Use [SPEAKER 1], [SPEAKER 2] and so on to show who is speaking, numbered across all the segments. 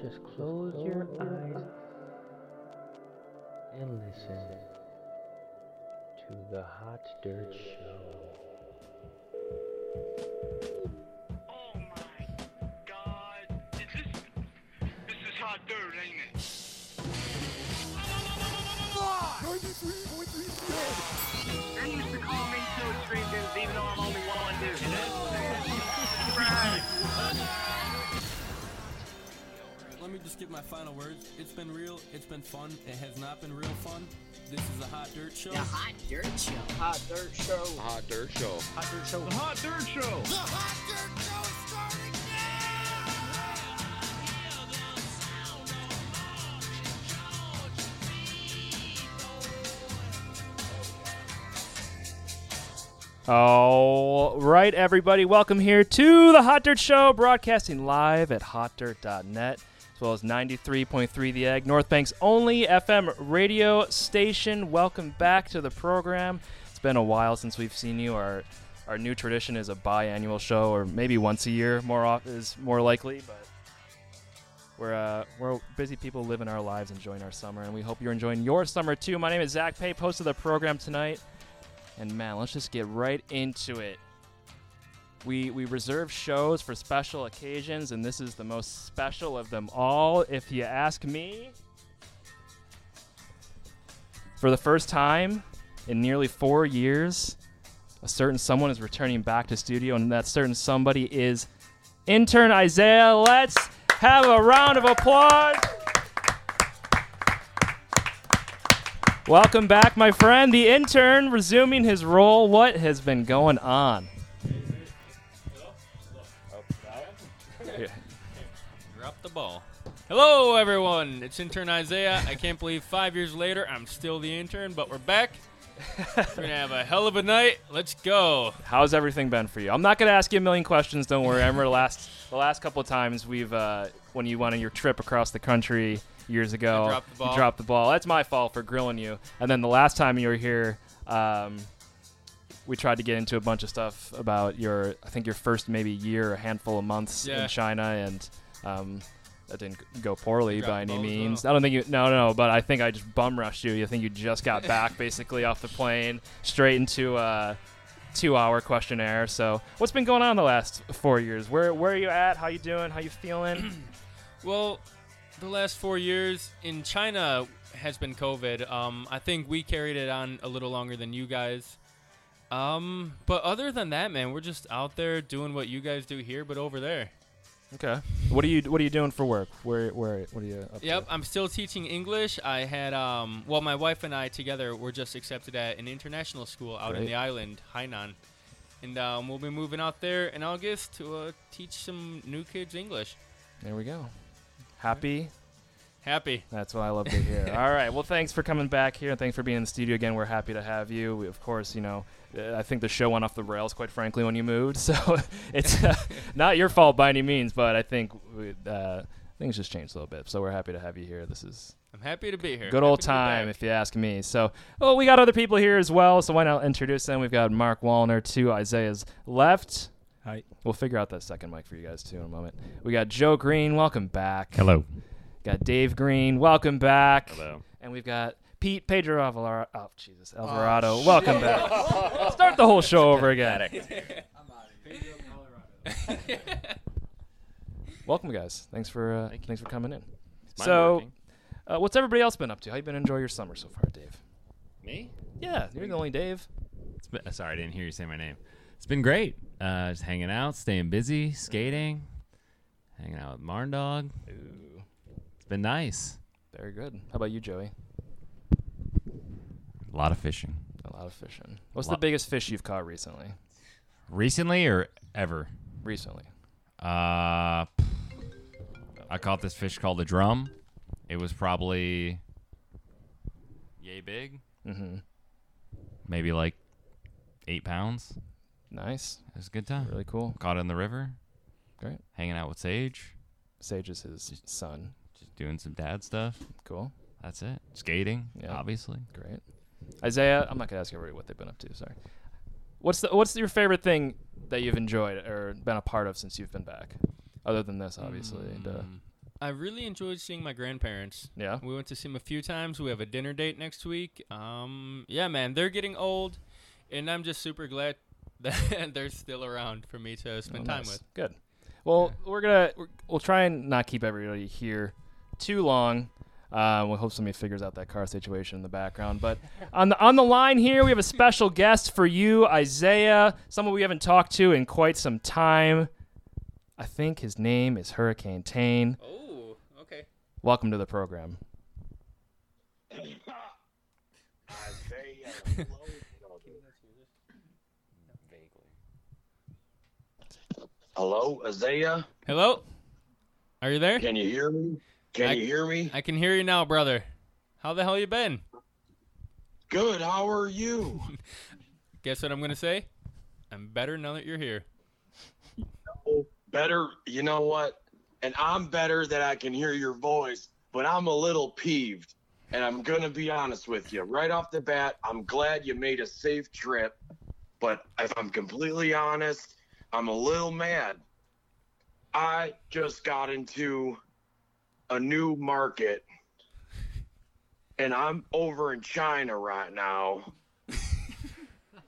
[SPEAKER 1] Just close your eyes and listen to the Hot Dirt Show.
[SPEAKER 2] Oh my god. Is this this is hot dirt, ain't it?
[SPEAKER 3] 93.3
[SPEAKER 2] They used to call me two extreme dudes even though I'm only one dude. Right.
[SPEAKER 4] Let me just get my final words. It's been real. It's been fun. It has not been real fun. This is a hot dirt show.
[SPEAKER 5] The Hot Dirt Show.
[SPEAKER 6] Hot Dirt Show.
[SPEAKER 3] Hot Dirt Show.
[SPEAKER 6] Hot Dirt Show.
[SPEAKER 2] Hot dirt show.
[SPEAKER 3] The Hot Dirt Show is starting now!
[SPEAKER 7] All right, everybody, welcome here to the Hot Dirt Show, broadcasting live at hotdirt.net, as well as 93.3 The Egg, North Bank's only FM radio station. Welcome back to the program. It's been a while since we've seen you. Our our new tradition is a biannual show, or maybe once a year, more off, is more likely, but. We're, uh, we're busy people living our lives, enjoying our summer, and we hope you're enjoying your summer too. My name is Zach Pape, host of the program tonight. And man, let's just get right into it. We we reserve shows for special occasions, and this is the most special of them all, if you ask me. For the first time in nearly four years, a certain someone is returning back to studio, and that certain somebody is intern Isaiah. Let's have a round of applause. Welcome back, my friend. The intern resuming his role. What has been going on?
[SPEAKER 8] Drop the ball. Hello, everyone. It's intern Isaiah. I can't believe five years later, I'm still the intern, but we're back. we're gonna have a hell of a night. Let's go.
[SPEAKER 7] How's everything been for you? I'm not gonna ask you a million questions. Don't worry. I remember the last the last couple of times we've uh, when you went on your trip across the country years ago.
[SPEAKER 8] I dropped the ball.
[SPEAKER 7] You dropped the ball. That's my fault for grilling you. And then the last time you were here, um, we tried to get into a bunch of stuff about your I think your first maybe year, a handful of months
[SPEAKER 8] Yeah.
[SPEAKER 7] in China, and um, that didn't go poorly
[SPEAKER 8] dropped
[SPEAKER 7] by
[SPEAKER 8] the
[SPEAKER 7] any
[SPEAKER 8] ball as
[SPEAKER 7] means.
[SPEAKER 8] well.
[SPEAKER 7] I don't think you. No, no, no, but I think I just bum rushed you. I think you just got back basically off the plane, straight into a two-hour questionnaire. So, what's been going on the last four years? Where Where are you at? How you doing? How you feeling?
[SPEAKER 8] Well, the last four years in China has been COVID. Um, I think we carried it on a little longer than you guys. Um, but other than that, man, we're just out there doing what you guys do here, but over there.
[SPEAKER 7] okay. What are you What are you doing for work? Where Where What are you up
[SPEAKER 8] Yep,
[SPEAKER 7] to?
[SPEAKER 8] I'm still teaching English. I had, um, well, my wife and I together were just accepted at an international school out in
[SPEAKER 7] Great.
[SPEAKER 8] the island, Hainan. And um, we'll be moving out there in August to uh, teach some new kids English.
[SPEAKER 7] There we go. Happy
[SPEAKER 8] Happy.
[SPEAKER 7] That's what I love to hear. All right. Well, thanks for coming back here and thanks for being in the studio again. We're happy to have you. We, of course, you know, uh, I think the show went off the rails, quite frankly, when you moved. So it's uh, not your fault by any means, but I think we, uh, things just changed a little bit. So we're happy to have you here. This is
[SPEAKER 8] I'm happy to be here.
[SPEAKER 7] Good
[SPEAKER 8] Happy
[SPEAKER 7] old
[SPEAKER 8] to be
[SPEAKER 7] time,
[SPEAKER 8] back.
[SPEAKER 7] if you ask me. So, oh, we got other people here as well. So why not introduce them? We've got Mark Wallner to Isaiah's left.
[SPEAKER 9] Hi.
[SPEAKER 7] We'll figure out that second mic for you guys too in a moment. We got Joe Green. Welcome back.
[SPEAKER 9] Hello.
[SPEAKER 7] Got Dave Green. Welcome back. Hello. And we've got Pete Pedro Alvarado. Oh, Jesus. Alvarado. welcome back. Start the whole show over again. welcome, guys. Thanks for uh, thanks for coming in.
[SPEAKER 9] mine
[SPEAKER 7] so,
[SPEAKER 9] working?
[SPEAKER 7] uh, what's everybody else been up to? How you been enjoying your summer so far, Dave?
[SPEAKER 9] Me?
[SPEAKER 7] Yeah, you're the only Dave.
[SPEAKER 9] It's been, uh, sorry, I didn't hear you say my name. It's been great. Uh, just hanging out, staying busy, skating, hanging out with Marn Dog. It's been nice.
[SPEAKER 7] Very good. How about you, Joey?
[SPEAKER 9] A lot of fishing.
[SPEAKER 7] A lot of fishing. What's the
[SPEAKER 9] Lot-
[SPEAKER 7] biggest fish you've caught recently?
[SPEAKER 9] Recently or ever?
[SPEAKER 7] Recently.
[SPEAKER 9] Uh, I caught this fish called a drum. It was probably yay big,
[SPEAKER 7] Mm-hmm.
[SPEAKER 9] maybe like eight pounds.
[SPEAKER 7] Nice.
[SPEAKER 9] It was a good time.
[SPEAKER 7] Really cool.
[SPEAKER 9] Caught it in the river.
[SPEAKER 7] Great.
[SPEAKER 9] Hanging out with Sage,
[SPEAKER 7] Sage is his son.
[SPEAKER 9] just doing some dad stuff.
[SPEAKER 7] Cool.
[SPEAKER 9] That's it. Skating,
[SPEAKER 7] Yeah.
[SPEAKER 9] obviously.
[SPEAKER 7] Great. Isaiah, I'm not gonna ask everybody what they've been up to. Sorry. What's the What's your favorite thing that you've enjoyed or been a part of since you've been back, other than this, obviously? duh.
[SPEAKER 8] Mm, I really enjoyed seeing my grandparents.
[SPEAKER 7] Yeah.
[SPEAKER 8] We went to see them a few times. We have a dinner date next week. Um, yeah, man, they're getting old, and I'm just super glad that they're still around for me to spend
[SPEAKER 7] Oh,
[SPEAKER 8] time
[SPEAKER 7] nice.
[SPEAKER 8] with.
[SPEAKER 7] Good. Well, we're gonna we're, we'll try and not keep everybody here too long. Uh, we'll hope somebody figures out that car situation in the background. But on the on the line here, we have a special guest for you, Isaiah, someone we haven't talked to in quite some time. I think his name is Hurricane Tane.
[SPEAKER 8] Oh, okay.
[SPEAKER 7] Welcome to the program.
[SPEAKER 2] Isaiah
[SPEAKER 5] Hello, Isaiah.
[SPEAKER 8] Hello. Are you there?
[SPEAKER 5] Can you hear me? Can
[SPEAKER 8] I-
[SPEAKER 5] you hear me?
[SPEAKER 8] I can hear you now, brother. How the hell you been?
[SPEAKER 5] Good. How are you?
[SPEAKER 8] Guess what I'm gonna say? I'm better now that you're here.
[SPEAKER 5] Oh, better. You know what? And I'm better that I can hear your voice, but I'm a little peeved. And I'm going to be honest with you. Right off the bat, I'm glad you made a safe trip. But if I'm completely honest, I'm a little mad. I just got into a new market. And I'm over in China right now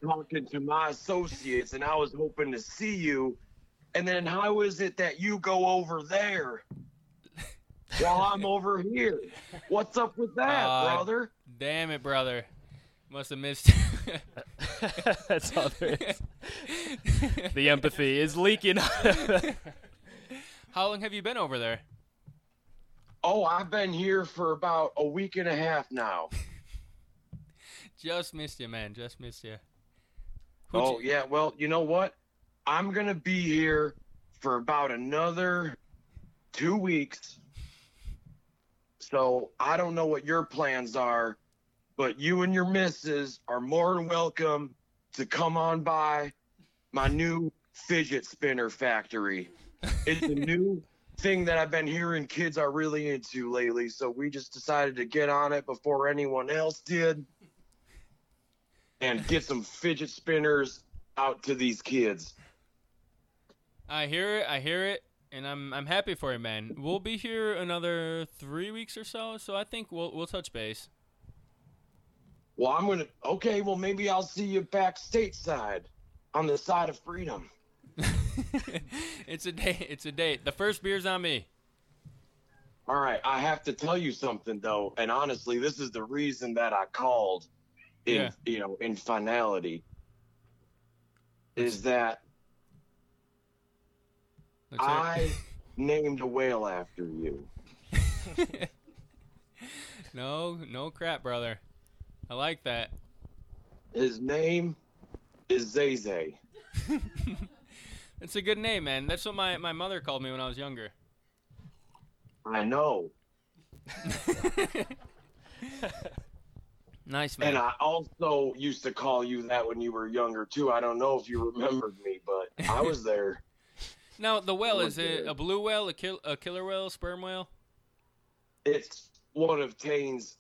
[SPEAKER 5] talking to my associates, and I was hoping to see you and then how is it that you go over there while I'm over here? What's up with that,
[SPEAKER 8] Uh,
[SPEAKER 5] brother?
[SPEAKER 8] Damn it, brother. Must have missed.
[SPEAKER 7] That's all there is. the empathy is leaking.
[SPEAKER 8] How long have you been over there?
[SPEAKER 5] Oh, I've been here for about a week and a half now.
[SPEAKER 8] Just missed you, man. Just missed you. Who'd
[SPEAKER 5] Oh,
[SPEAKER 8] you-
[SPEAKER 5] yeah. Well, you know what? I'm going to be here for about another two weeks. So I don't know what your plans are, but you and your missus are more than welcome to come on by my new fidget spinner factory. It's a new thing that I've been hearing kids are really into lately. So we just decided to get on it before anyone else did and get some fidget spinners out to these kids.
[SPEAKER 8] I hear it. I hear it, and I'm I'm happy for you, man. We'll be here another three weeks or so, so I think we'll we'll touch base.
[SPEAKER 5] Well, I'm gonna. Okay, well maybe I'll see you back stateside, on the side of freedom.
[SPEAKER 8] it's a date. It's a date. The first beer's on me.
[SPEAKER 5] All right, I have to tell you something though, and honestly, this is the reason that I called. In,
[SPEAKER 8] Yeah.
[SPEAKER 5] You know, in finality, is that
[SPEAKER 8] Let's hear it.
[SPEAKER 5] I named a whale after you.
[SPEAKER 8] no no crap, brother. I like that.
[SPEAKER 5] His name is Zayzay.
[SPEAKER 8] It's a good name, man. That's what my, my mother called me when I was younger.
[SPEAKER 5] I know,
[SPEAKER 8] Nice man.
[SPEAKER 5] and I also used to call you that when you were younger too. I don't know if you remembered me, but I was there.
[SPEAKER 8] now the whale
[SPEAKER 5] Oh,
[SPEAKER 8] is it
[SPEAKER 5] dear.
[SPEAKER 8] a blue whale, a, kill, a killer whale, sperm whale?
[SPEAKER 5] it's one of Tane's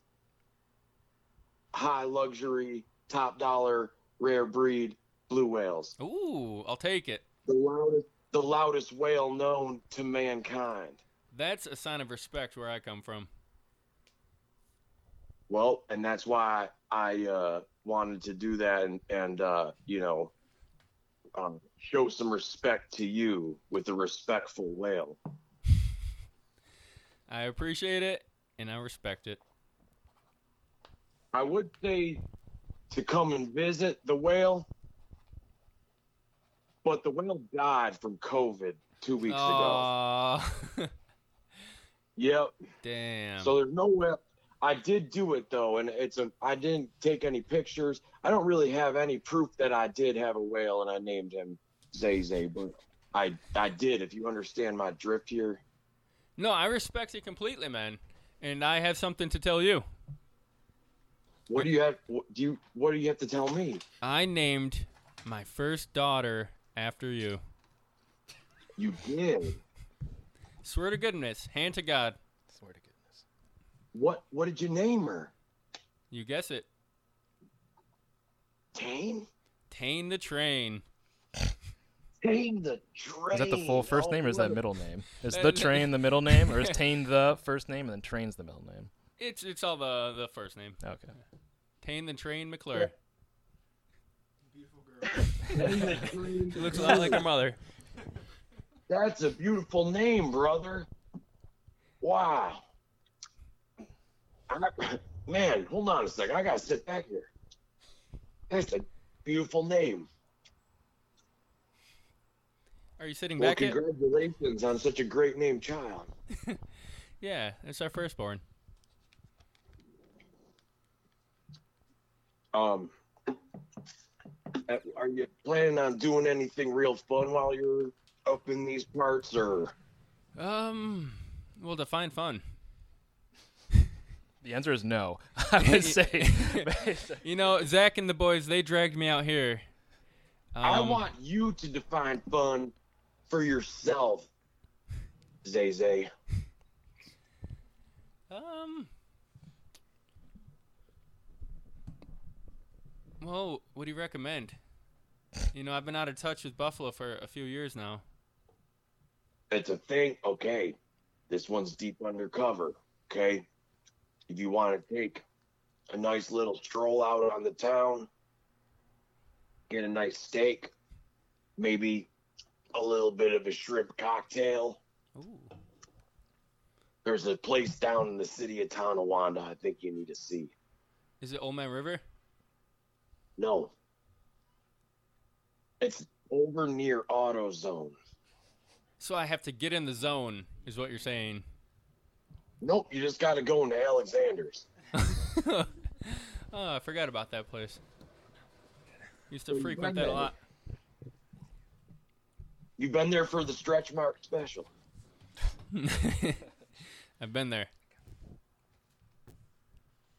[SPEAKER 5] high luxury, top dollar, rare breed blue whales.
[SPEAKER 8] Ooh, I'll take it.
[SPEAKER 5] The loudest, the loudest whale known to mankind.
[SPEAKER 8] That's a sign of respect where I come from.
[SPEAKER 5] Well, and that's why I uh, wanted to do that and, and uh, you know, um, show some respect to you with a respectful whale.
[SPEAKER 8] I appreciate it and I respect it.
[SPEAKER 5] I would say to come and visit the whale, but the whale died from COVID two weeks ago.
[SPEAKER 8] Aw.
[SPEAKER 5] Yep.
[SPEAKER 8] Damn.
[SPEAKER 5] So there's no way. I did do it though, and it's a. I didn't take any pictures. I don't really have any proof that I did have a whale, and I named him Zay Zay. But I I did. If you understand my drift here.
[SPEAKER 8] no, I respect it completely, man. And I have something to tell you.
[SPEAKER 5] What do you have? What do you? What do you have to tell me?
[SPEAKER 8] I named my first daughter after you.
[SPEAKER 5] You did.
[SPEAKER 8] Swear to goodness, hand to God.
[SPEAKER 7] Swear to goodness.
[SPEAKER 5] What? What did you name her?
[SPEAKER 8] You guess it.
[SPEAKER 5] Tane.
[SPEAKER 8] Tane the train.
[SPEAKER 5] Tame the train.
[SPEAKER 7] Is that the full first
[SPEAKER 5] Oh,
[SPEAKER 7] name or is that
[SPEAKER 5] what-
[SPEAKER 7] middle name? Is
[SPEAKER 8] Uh,
[SPEAKER 7] the
[SPEAKER 8] n-
[SPEAKER 7] train the middle name or is Tane the first name and then train's the middle name?
[SPEAKER 8] It's it's all the the first name.
[SPEAKER 7] Okay.
[SPEAKER 8] Tane the Train McClure.
[SPEAKER 4] She looks a lot like her mother.
[SPEAKER 5] That's a beautiful name, brother. Wow. I- Man, hold on a second. I gotta sit back here. That's a beautiful name.
[SPEAKER 8] Are you sitting
[SPEAKER 5] Well,
[SPEAKER 8] back? yet?
[SPEAKER 5] congratulations on such a great name, child.
[SPEAKER 8] Yeah, it's our firstborn.
[SPEAKER 5] Um, uh, are you planning on doing anything real fun while you're up in these parts, or
[SPEAKER 8] Um, well, define fun.
[SPEAKER 7] The answer is no. I would say.
[SPEAKER 8] You know, Zach and the boys they dragged me out here. Um,
[SPEAKER 5] I want you to define fun for yourself, Zay Zay.
[SPEAKER 8] Um. Well, what do you recommend? You know, I've been out of touch with Buffalo for a few years now.
[SPEAKER 5] It's a thing. Okay, this one's deep undercover. Okay, if you want to take a nice little stroll out on the town, get a nice steak, maybe a little bit of a shrimp cocktail.
[SPEAKER 8] Ooh.
[SPEAKER 5] There's a place down in the city of Tonawanda I think you need to see.
[SPEAKER 8] Is it Old Man River?
[SPEAKER 5] No. It's over near AutoZone.
[SPEAKER 8] So I have to get in the zone, is what you're saying.
[SPEAKER 5] Nope, you just gotta go into Alexander's.
[SPEAKER 8] oh, I forgot about that place. Used to
[SPEAKER 5] you
[SPEAKER 8] frequent
[SPEAKER 5] went
[SPEAKER 8] that a
[SPEAKER 5] there.
[SPEAKER 8] lot.
[SPEAKER 5] You've been there for the stretch mark special.
[SPEAKER 8] I've been there.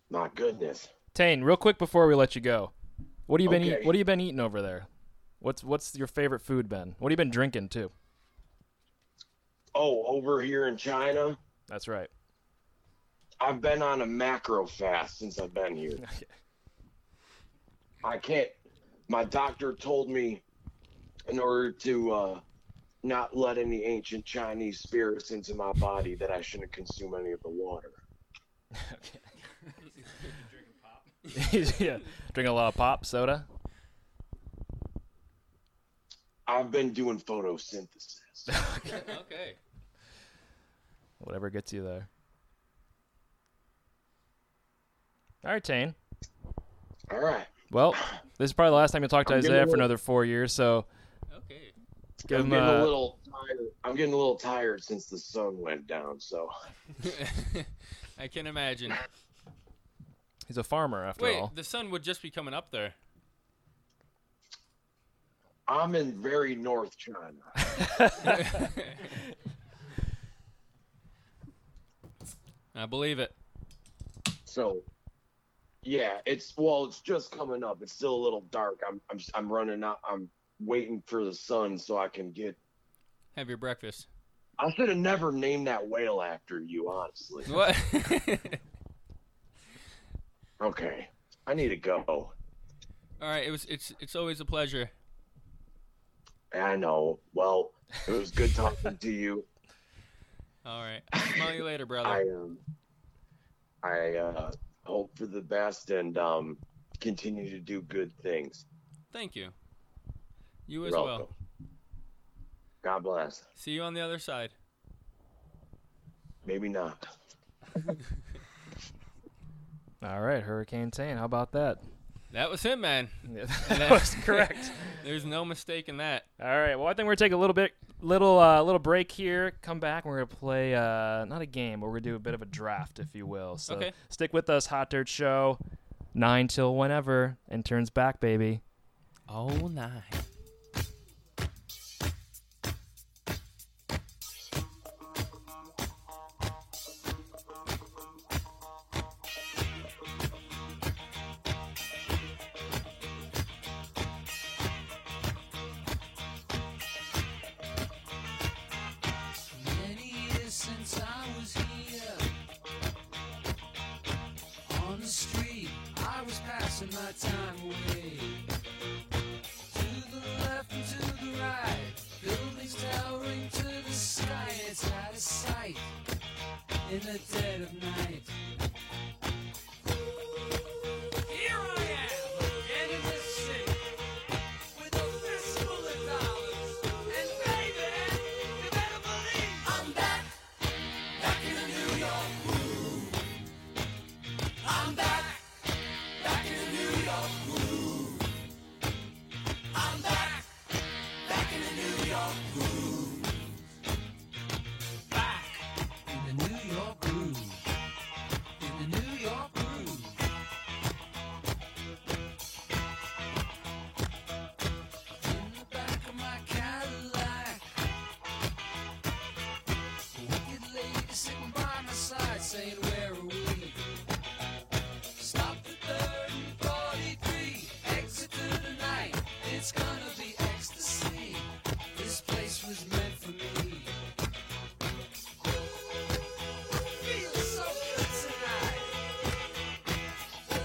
[SPEAKER 5] My goodness.
[SPEAKER 7] Tane, real quick before we let you go, what have you been eat-
[SPEAKER 5] Okay.
[SPEAKER 7] What have you been eating over there? What's What's your favorite food been? What have you been drinking too?
[SPEAKER 5] Oh, over here in China,
[SPEAKER 7] That's right.
[SPEAKER 5] I've been on a macro fast since I've been here. I can't. My doctor told me in order to uh, not let any ancient Chinese spirits into my body that I shouldn't consume any of the water.
[SPEAKER 7] yeah, drinking a lot of pop soda.
[SPEAKER 5] I've been doing photosynthesis.
[SPEAKER 8] Okay.
[SPEAKER 7] Whatever gets you there. All right, Tane.
[SPEAKER 5] All right.
[SPEAKER 7] Well, this is probably the last time you'll talk to
[SPEAKER 5] I'm getting
[SPEAKER 7] Isaiah
[SPEAKER 5] a
[SPEAKER 7] for
[SPEAKER 5] little-
[SPEAKER 7] another four years. So
[SPEAKER 8] Okay.
[SPEAKER 7] give
[SPEAKER 5] I'm
[SPEAKER 7] him
[SPEAKER 5] getting a
[SPEAKER 7] uh,
[SPEAKER 5] little tired. I'm getting a little tired since the sun went down. So
[SPEAKER 8] I can imagine.
[SPEAKER 7] He's a farmer after
[SPEAKER 8] Wait,
[SPEAKER 7] all.
[SPEAKER 8] the sun would just be coming up there.
[SPEAKER 5] I'm in very North China.
[SPEAKER 8] I believe it.
[SPEAKER 5] So yeah, it's well, it's just coming up. It's still a little dark. I'm I'm I'm running out. I'm waiting for the sun so I can get.
[SPEAKER 8] Have your breakfast.
[SPEAKER 5] I should have never named that whale after you, honestly.
[SPEAKER 8] What?
[SPEAKER 5] Okay, I need to go.
[SPEAKER 8] All right. It was. It's. It's always a pleasure.
[SPEAKER 5] I know. Well, it was good talking to you.
[SPEAKER 8] All right. Smell you later, brother.
[SPEAKER 5] I um, I uh, hope for the best and um, continue to do good things.
[SPEAKER 8] Thank you. You as well.
[SPEAKER 5] Welcome. God bless.
[SPEAKER 8] See you on the other side.
[SPEAKER 5] Maybe not.
[SPEAKER 7] All right, Hurricane Tane. How about that?
[SPEAKER 8] That was him, man.
[SPEAKER 7] that was correct.
[SPEAKER 8] There's no mistaking that.
[SPEAKER 7] All right. Well, I think we're gonna take a little bit, little, uh, little break here. Come back. and We're gonna play uh, not a game, but we're gonna do a bit of a draft, if you will. So
[SPEAKER 8] Okay.
[SPEAKER 7] stick with us, Hot Dirt Show, nine till whenever, and turns back, baby.
[SPEAKER 8] Oh nine.
[SPEAKER 3] Many years since I was here. On the street, I was passing my time away. To the left and to the right,
[SPEAKER 6] sight in the dead of night. Here I am, again in this city, with a fistful of dollars. And baby, you better believe I'm back, back in the New York groove. I'm back, back in the New York groove. I'm back, back in the New York groove. Back in the New York groove. In the New York groove. In the back of my Cadillac, a wicked lady sitting by my side saying, "Where are we?" Stop the third and forty-three. Exit to the night. It's gonna be ecstasy. This place was meant for me. Feels so good tonight.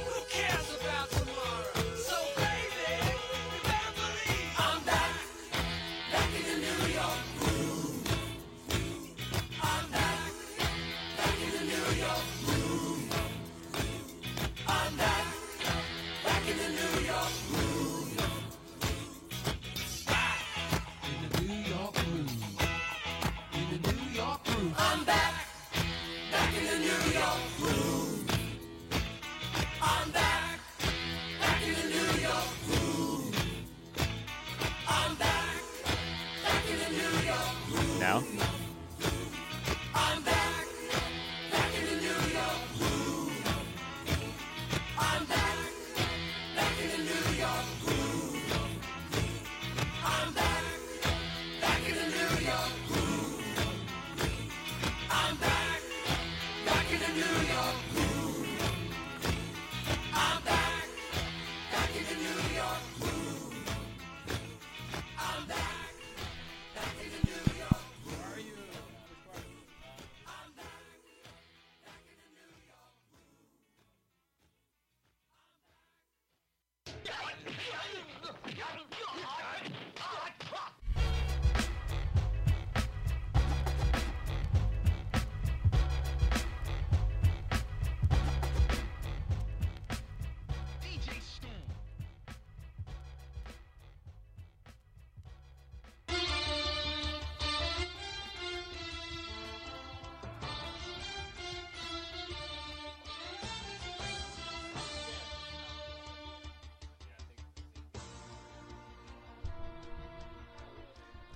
[SPEAKER 6] Who cares about tomorrow? So baby, you better believe I'm back, back in the New York groove. I'm back, back in the New York groove. I'm back, back in the New York groove. Back in the New York groove. In the New York groove. I'm back, back in the New York groove. I'm back, back in the New York groove. I'm back, back in the New York groove.
[SPEAKER 9] Now?
[SPEAKER 6] I'm back, back in the New York groove. I'm back, back in the New York groove. I'm back, back in the New York groove. I'm back, back in the New York groove. I'm back, back in the New York groove. I'm back, back in the New York groove. I'm back, back in the New York
[SPEAKER 2] DJ Storm.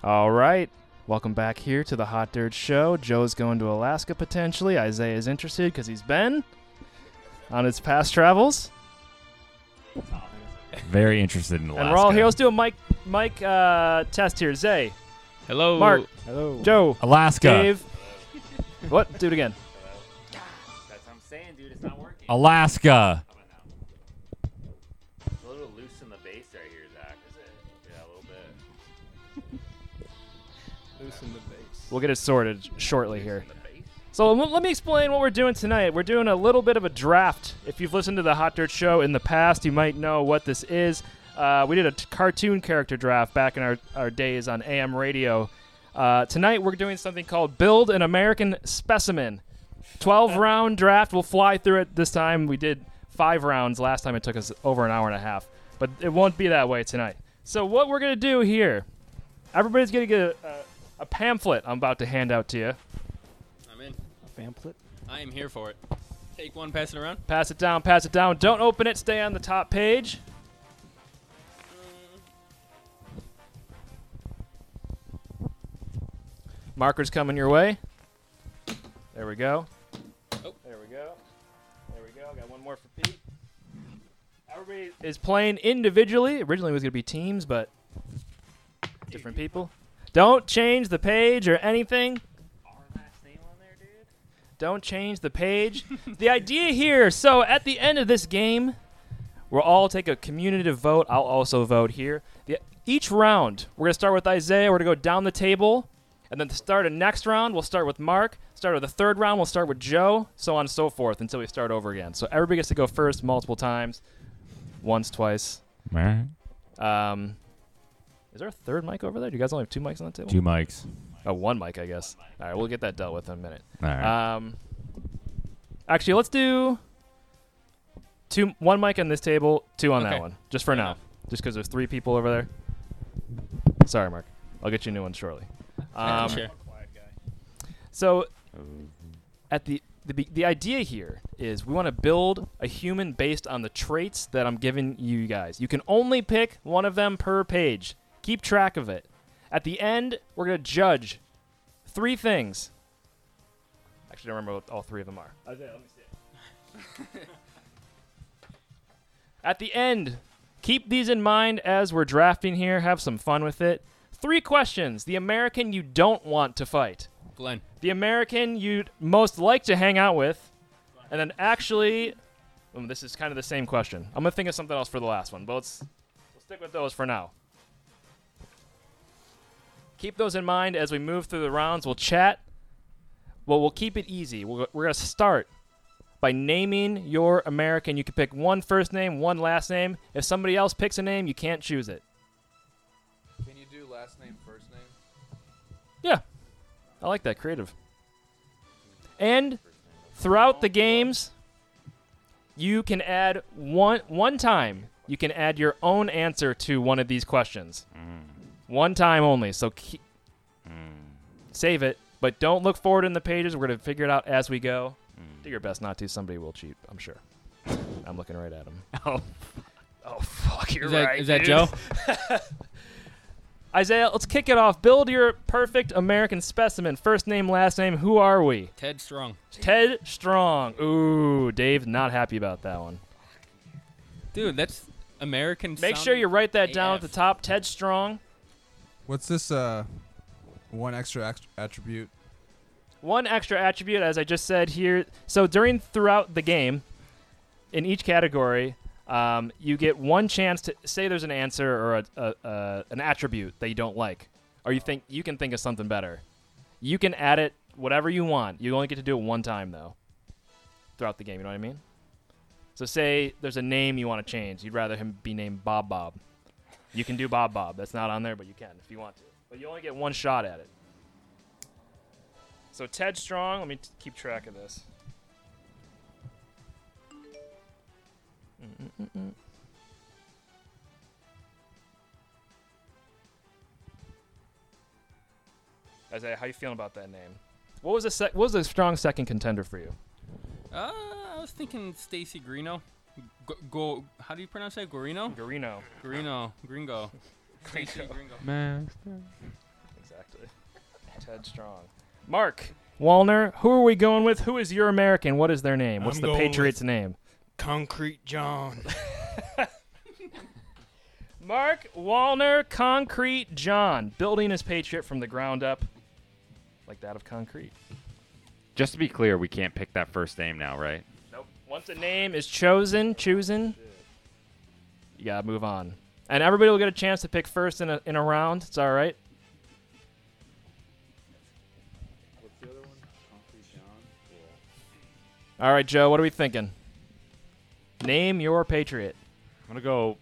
[SPEAKER 7] All right. Welcome back here to the Hot Dirt Show. Joe's going to Alaska potentially. Isaiah is interested because he's been on his past travels.
[SPEAKER 9] Very interested in Alaska.
[SPEAKER 7] And we're all here. Let's do a mic, mic uh, test here. Zay,
[SPEAKER 8] Hello,
[SPEAKER 7] Mark,
[SPEAKER 1] Hello.
[SPEAKER 7] Joe,
[SPEAKER 9] Alaska.
[SPEAKER 7] Dave. what? Do it again.
[SPEAKER 10] That's what I'm saying, dude. It's not working.
[SPEAKER 9] Alaska.
[SPEAKER 10] How about now? It's a little loose in the base right here, Zach. Is it? Yeah, a little bit.
[SPEAKER 4] Loosen the bass.
[SPEAKER 7] We'll get it sorted shortly here.
[SPEAKER 10] In the base?
[SPEAKER 7] So l- let me explain what we're doing tonight. We're doing a little bit of a draft. If you've listened to the Hot Dirt Show in the past, you might know what this is. Uh, we did a t- cartoon character draft back in our, our days on AM radio. Uh, tonight we're doing something called Build an American Specimen. 12 round draft. We'll fly through it this time. We did five rounds last time. It took us over an hour and a half, but it won't be that way tonight. So, what we're going to do here, everybody's going to get a, a, a pamphlet I'm about to hand out to you.
[SPEAKER 8] I'm in.
[SPEAKER 1] Pamphlet.
[SPEAKER 8] I am here for it. Take one, pass it around.
[SPEAKER 7] Pass it down, pass it down. Don't open it. Stay on the top page. Marker's coming your way. There we go.
[SPEAKER 8] Oh.
[SPEAKER 7] There we go. There we go. Got one more for Pete. Everybody is playing individually. Originally it was going to be teams, but different people. Don't change the page or anything.
[SPEAKER 10] Our last name on there, dude?
[SPEAKER 7] Don't change the page. the idea here so at the end of this game, we'll all take a community vote. I'll also vote here. The, each round, we're going to start with Isaiah. We're going to go down the table. And then to start a next round, we'll start with Mark. Start with the third round, we'll start with Joe. So on and so forth until we start over again. So everybody gets to go first multiple times. Once, twice.
[SPEAKER 9] Alright.
[SPEAKER 7] Um, is there a third mic over there? Do you guys only have two mics on the table?
[SPEAKER 9] Two mics.
[SPEAKER 7] Oh, one mic, I guess. All right, we'll get that dealt with in a minute.
[SPEAKER 9] All
[SPEAKER 10] Uh,
[SPEAKER 9] right.
[SPEAKER 7] Um, actually, let's do two, one mic on this table, two on that
[SPEAKER 8] Okay.
[SPEAKER 7] one, just for now, just because there's three people over there. Sorry, Mark. I'll get you a new one shortly.
[SPEAKER 8] Yeah,
[SPEAKER 7] Um,
[SPEAKER 8] sure.
[SPEAKER 7] So, at the the, be- the idea here is we want to build a human based on the traits that I'm giving you guys. You can only pick one of them per page. Keep track of it. At the end, we're gonna judge three things. Actually, I don't remember what all three of them are. At the end, keep these in mind as we're drafting here. Have some fun with it. Three questions. The American you don't want to fight
[SPEAKER 8] Glenn.
[SPEAKER 7] the American you'd most like to hang out with, and then actually, um, this is kind of the same question. I'm gonna think of something else for the last one, but let's we'll stick with those for now. Keep those in mind as we move through the rounds. We'll chat. Well, we'll keep it easy. We're, we're gonna start by naming your American. You can pick one first name, one last name. If somebody else picks a name, you can't choose it.
[SPEAKER 11] Can you do last name, first name?
[SPEAKER 7] Yeah. I like that creative. And throughout the games, you can add one one time. You can add your own answer to one of these questions. One time only. So keep, Mm. save it, but don't look forward in the pages. We're going to figure it out as we go. Do your best not to. Somebody will cheat, I'm sure. I'm looking right at him. Oh, oh fuck, you're
[SPEAKER 8] Is that,
[SPEAKER 7] right.
[SPEAKER 8] is that
[SPEAKER 7] dude.
[SPEAKER 8] Joe?
[SPEAKER 7] Isaiah, let's kick it off. Build your perfect American specimen. First name, last name. Who are we?
[SPEAKER 8] Ted Strong.
[SPEAKER 7] Ted Strong. Ooh, Dave, not happy about that one.
[SPEAKER 8] Dude, that's American.
[SPEAKER 7] Make sure you write that down at the
[SPEAKER 8] AF.
[SPEAKER 7] top. Ted Strong.
[SPEAKER 11] What's this? Uh, one extra act- attribute.
[SPEAKER 7] One extra attribute, as I just said here. So during throughout the game, in each category, um, you get one chance to say there's an answer or a, a, a, an attribute that you don't like, or you think you can think of something better. You can add it whatever you want. You only get to do it one time though. Throughout the game, you know what I mean? So say there's a name you want to change. You'd rather him be named Bob Bob. You can do Bob Bob. That's not on there, but you can if you want to. But you only get one shot at it. So Ted Strong, let me t- keep track of this. Isaiah, how you feeling about that name? What was the sec- what was the strong second contender for you?
[SPEAKER 8] Uh, I was thinking Stacy Greeno. Go, go, how do you pronounce that? Gorino?
[SPEAKER 7] Garino.
[SPEAKER 8] Greeno. Gringo. Stacey Gringo.
[SPEAKER 7] Exactly. Ted Strong. Mark Walner, who are we going with? Who is your American? What is their name? What's
[SPEAKER 2] I'm
[SPEAKER 7] the
[SPEAKER 2] going with-
[SPEAKER 7] Patriots' name?
[SPEAKER 2] Concrete John.
[SPEAKER 7] Mark Walner, Concrete John, building his Patriot from the ground up, like that of concrete.
[SPEAKER 10] Just to be clear, we can't pick that first name now, right?
[SPEAKER 7] Nope. Once a name is chosen, chosen, you gotta move on. And everybody will get a chance to pick first in a, in a round. It's all right. All right, Joe. What are we thinking? Name your patriot.
[SPEAKER 10] I'm gonna go.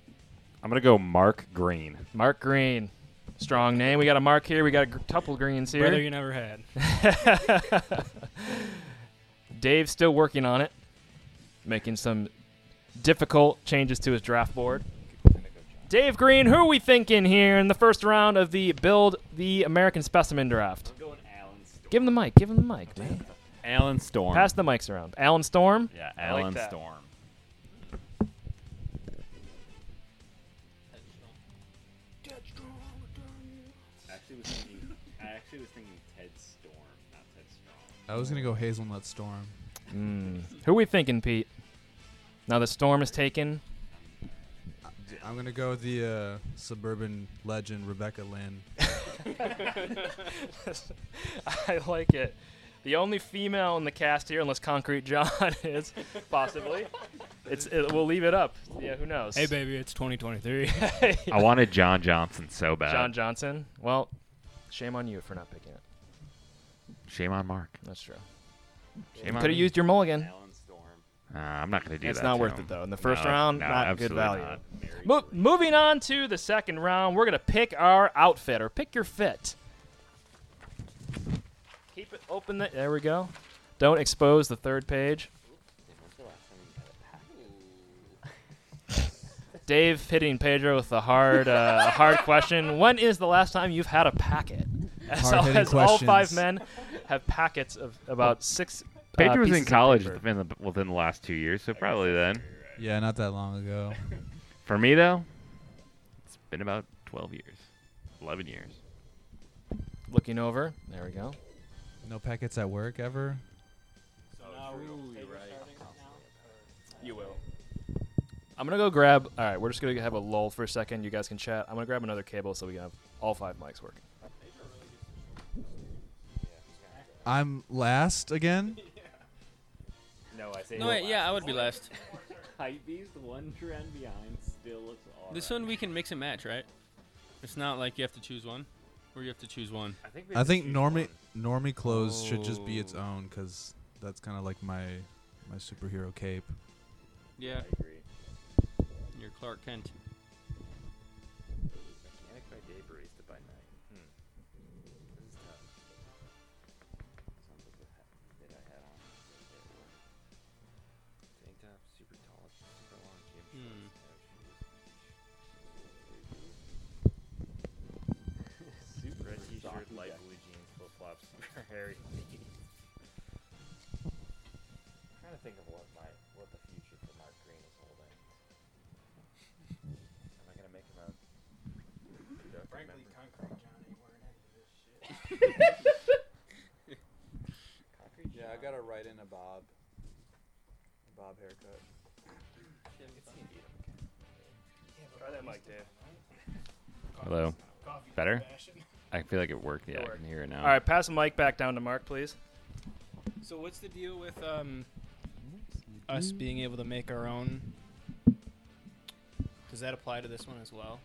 [SPEAKER 10] I'm gonna go Mark Green.
[SPEAKER 7] Mark Green. Strong name. We got a Mark here. We got a gr- couple greens here.
[SPEAKER 6] Brother you never had.
[SPEAKER 7] Dave's still working on it, making some difficult changes to his draft board. Dave Green, who are we thinking here in the first round of the Build the American Specimen draft? Give him the mic. Give him the mic, man.
[SPEAKER 9] Alan Storm.
[SPEAKER 7] Pass the mics around. Alan Storm.
[SPEAKER 9] yeah,
[SPEAKER 7] I like
[SPEAKER 9] Alan
[SPEAKER 7] that.
[SPEAKER 9] Storm.
[SPEAKER 10] I actually was thinking Ted Storm, not Ted Strong.
[SPEAKER 11] I was gonna go hazelnut storm.
[SPEAKER 7] Who are we thinking, Pete? Now the storm is taken.
[SPEAKER 11] I'm gonna go with the uh, suburban legend Rebecca Lynn.
[SPEAKER 7] I like it. The only female in the cast here, unless Concrete John is, possibly. It's it, we'll leave it up. Yeah, who knows?
[SPEAKER 6] Hey, baby, it's 2023.
[SPEAKER 10] I wanted John Johnson so bad.
[SPEAKER 7] John Johnson. Well, shame on you for not picking it.
[SPEAKER 10] Shame on Mark.
[SPEAKER 7] That's true.
[SPEAKER 10] Shame on
[SPEAKER 7] Could have
[SPEAKER 10] me.
[SPEAKER 7] used your mulligan.
[SPEAKER 10] Uh, I'm not gonna do
[SPEAKER 7] It's
[SPEAKER 10] that.
[SPEAKER 7] not
[SPEAKER 10] to
[SPEAKER 7] worth
[SPEAKER 10] him.
[SPEAKER 7] it, though. In the first
[SPEAKER 10] No,
[SPEAKER 7] round,
[SPEAKER 10] no,
[SPEAKER 7] not good
[SPEAKER 10] absolutely
[SPEAKER 7] value. Uh,
[SPEAKER 10] not.
[SPEAKER 7] Mo- moving on to the second round, we're gonna pick our outfit or pick your fit. Open the. There we go. Don't expose the third page. Dave hitting Pedro with a hard, uh, a hard question. When is the last time you've had a packet? As, all,
[SPEAKER 12] Hard-hitting
[SPEAKER 7] as all five
[SPEAKER 12] questions.
[SPEAKER 7] men have packets of about six. uh,
[SPEAKER 12] Pedro was in
[SPEAKER 7] pieces of
[SPEAKER 12] college
[SPEAKER 7] paper.
[SPEAKER 12] within the, within the last two years, so probably then.
[SPEAKER 11] Yeah, not that long ago.
[SPEAKER 12] For me though, it's been about twelve years, eleven years.
[SPEAKER 7] Looking over. There we go.
[SPEAKER 11] No packets at work ever.
[SPEAKER 8] You will.
[SPEAKER 7] I'm gonna go grab. All right, we're just gonna have a lull for a second. You guys can chat. I'm gonna grab another cable so we can have all five mics working.
[SPEAKER 11] I'm last again.
[SPEAKER 10] No, I say
[SPEAKER 8] No, wait, yeah, I would be last.
[SPEAKER 10] Hypebeast one trend behind still looks awesome.
[SPEAKER 8] This one we can mix and match, right? It's not like you have to choose one, or you have to choose one. I think
[SPEAKER 11] I think normie normie clothes should just be its own because that's kind of like my my superhero cape.
[SPEAKER 8] Yeah. I agree. You're Clark Kent.
[SPEAKER 10] Mechanic by day, barista by night. Hmm. This is tough. Sounds like the hat that I had on. Tank top, super tall, super long gym
[SPEAKER 8] Hmm.
[SPEAKER 10] shorts, no shoes. Super red t-shirt, light blue jeans, flip flops, super hairy. Trying to think of what my what the future for Mark Green is holding. Am I gonna make him a Frankly, concrete Johnny, we're
[SPEAKER 13] Yeah, I gotta write in a Bob. Bob haircut.
[SPEAKER 10] Try that mic, Dave.
[SPEAKER 12] Hello. Better? I feel like it worked. Yeah, I can hear it now.
[SPEAKER 7] All right, pass the mic back down to Mark, please.
[SPEAKER 8] So what's the deal with um, us being able to make our own? Does that apply to this one as well?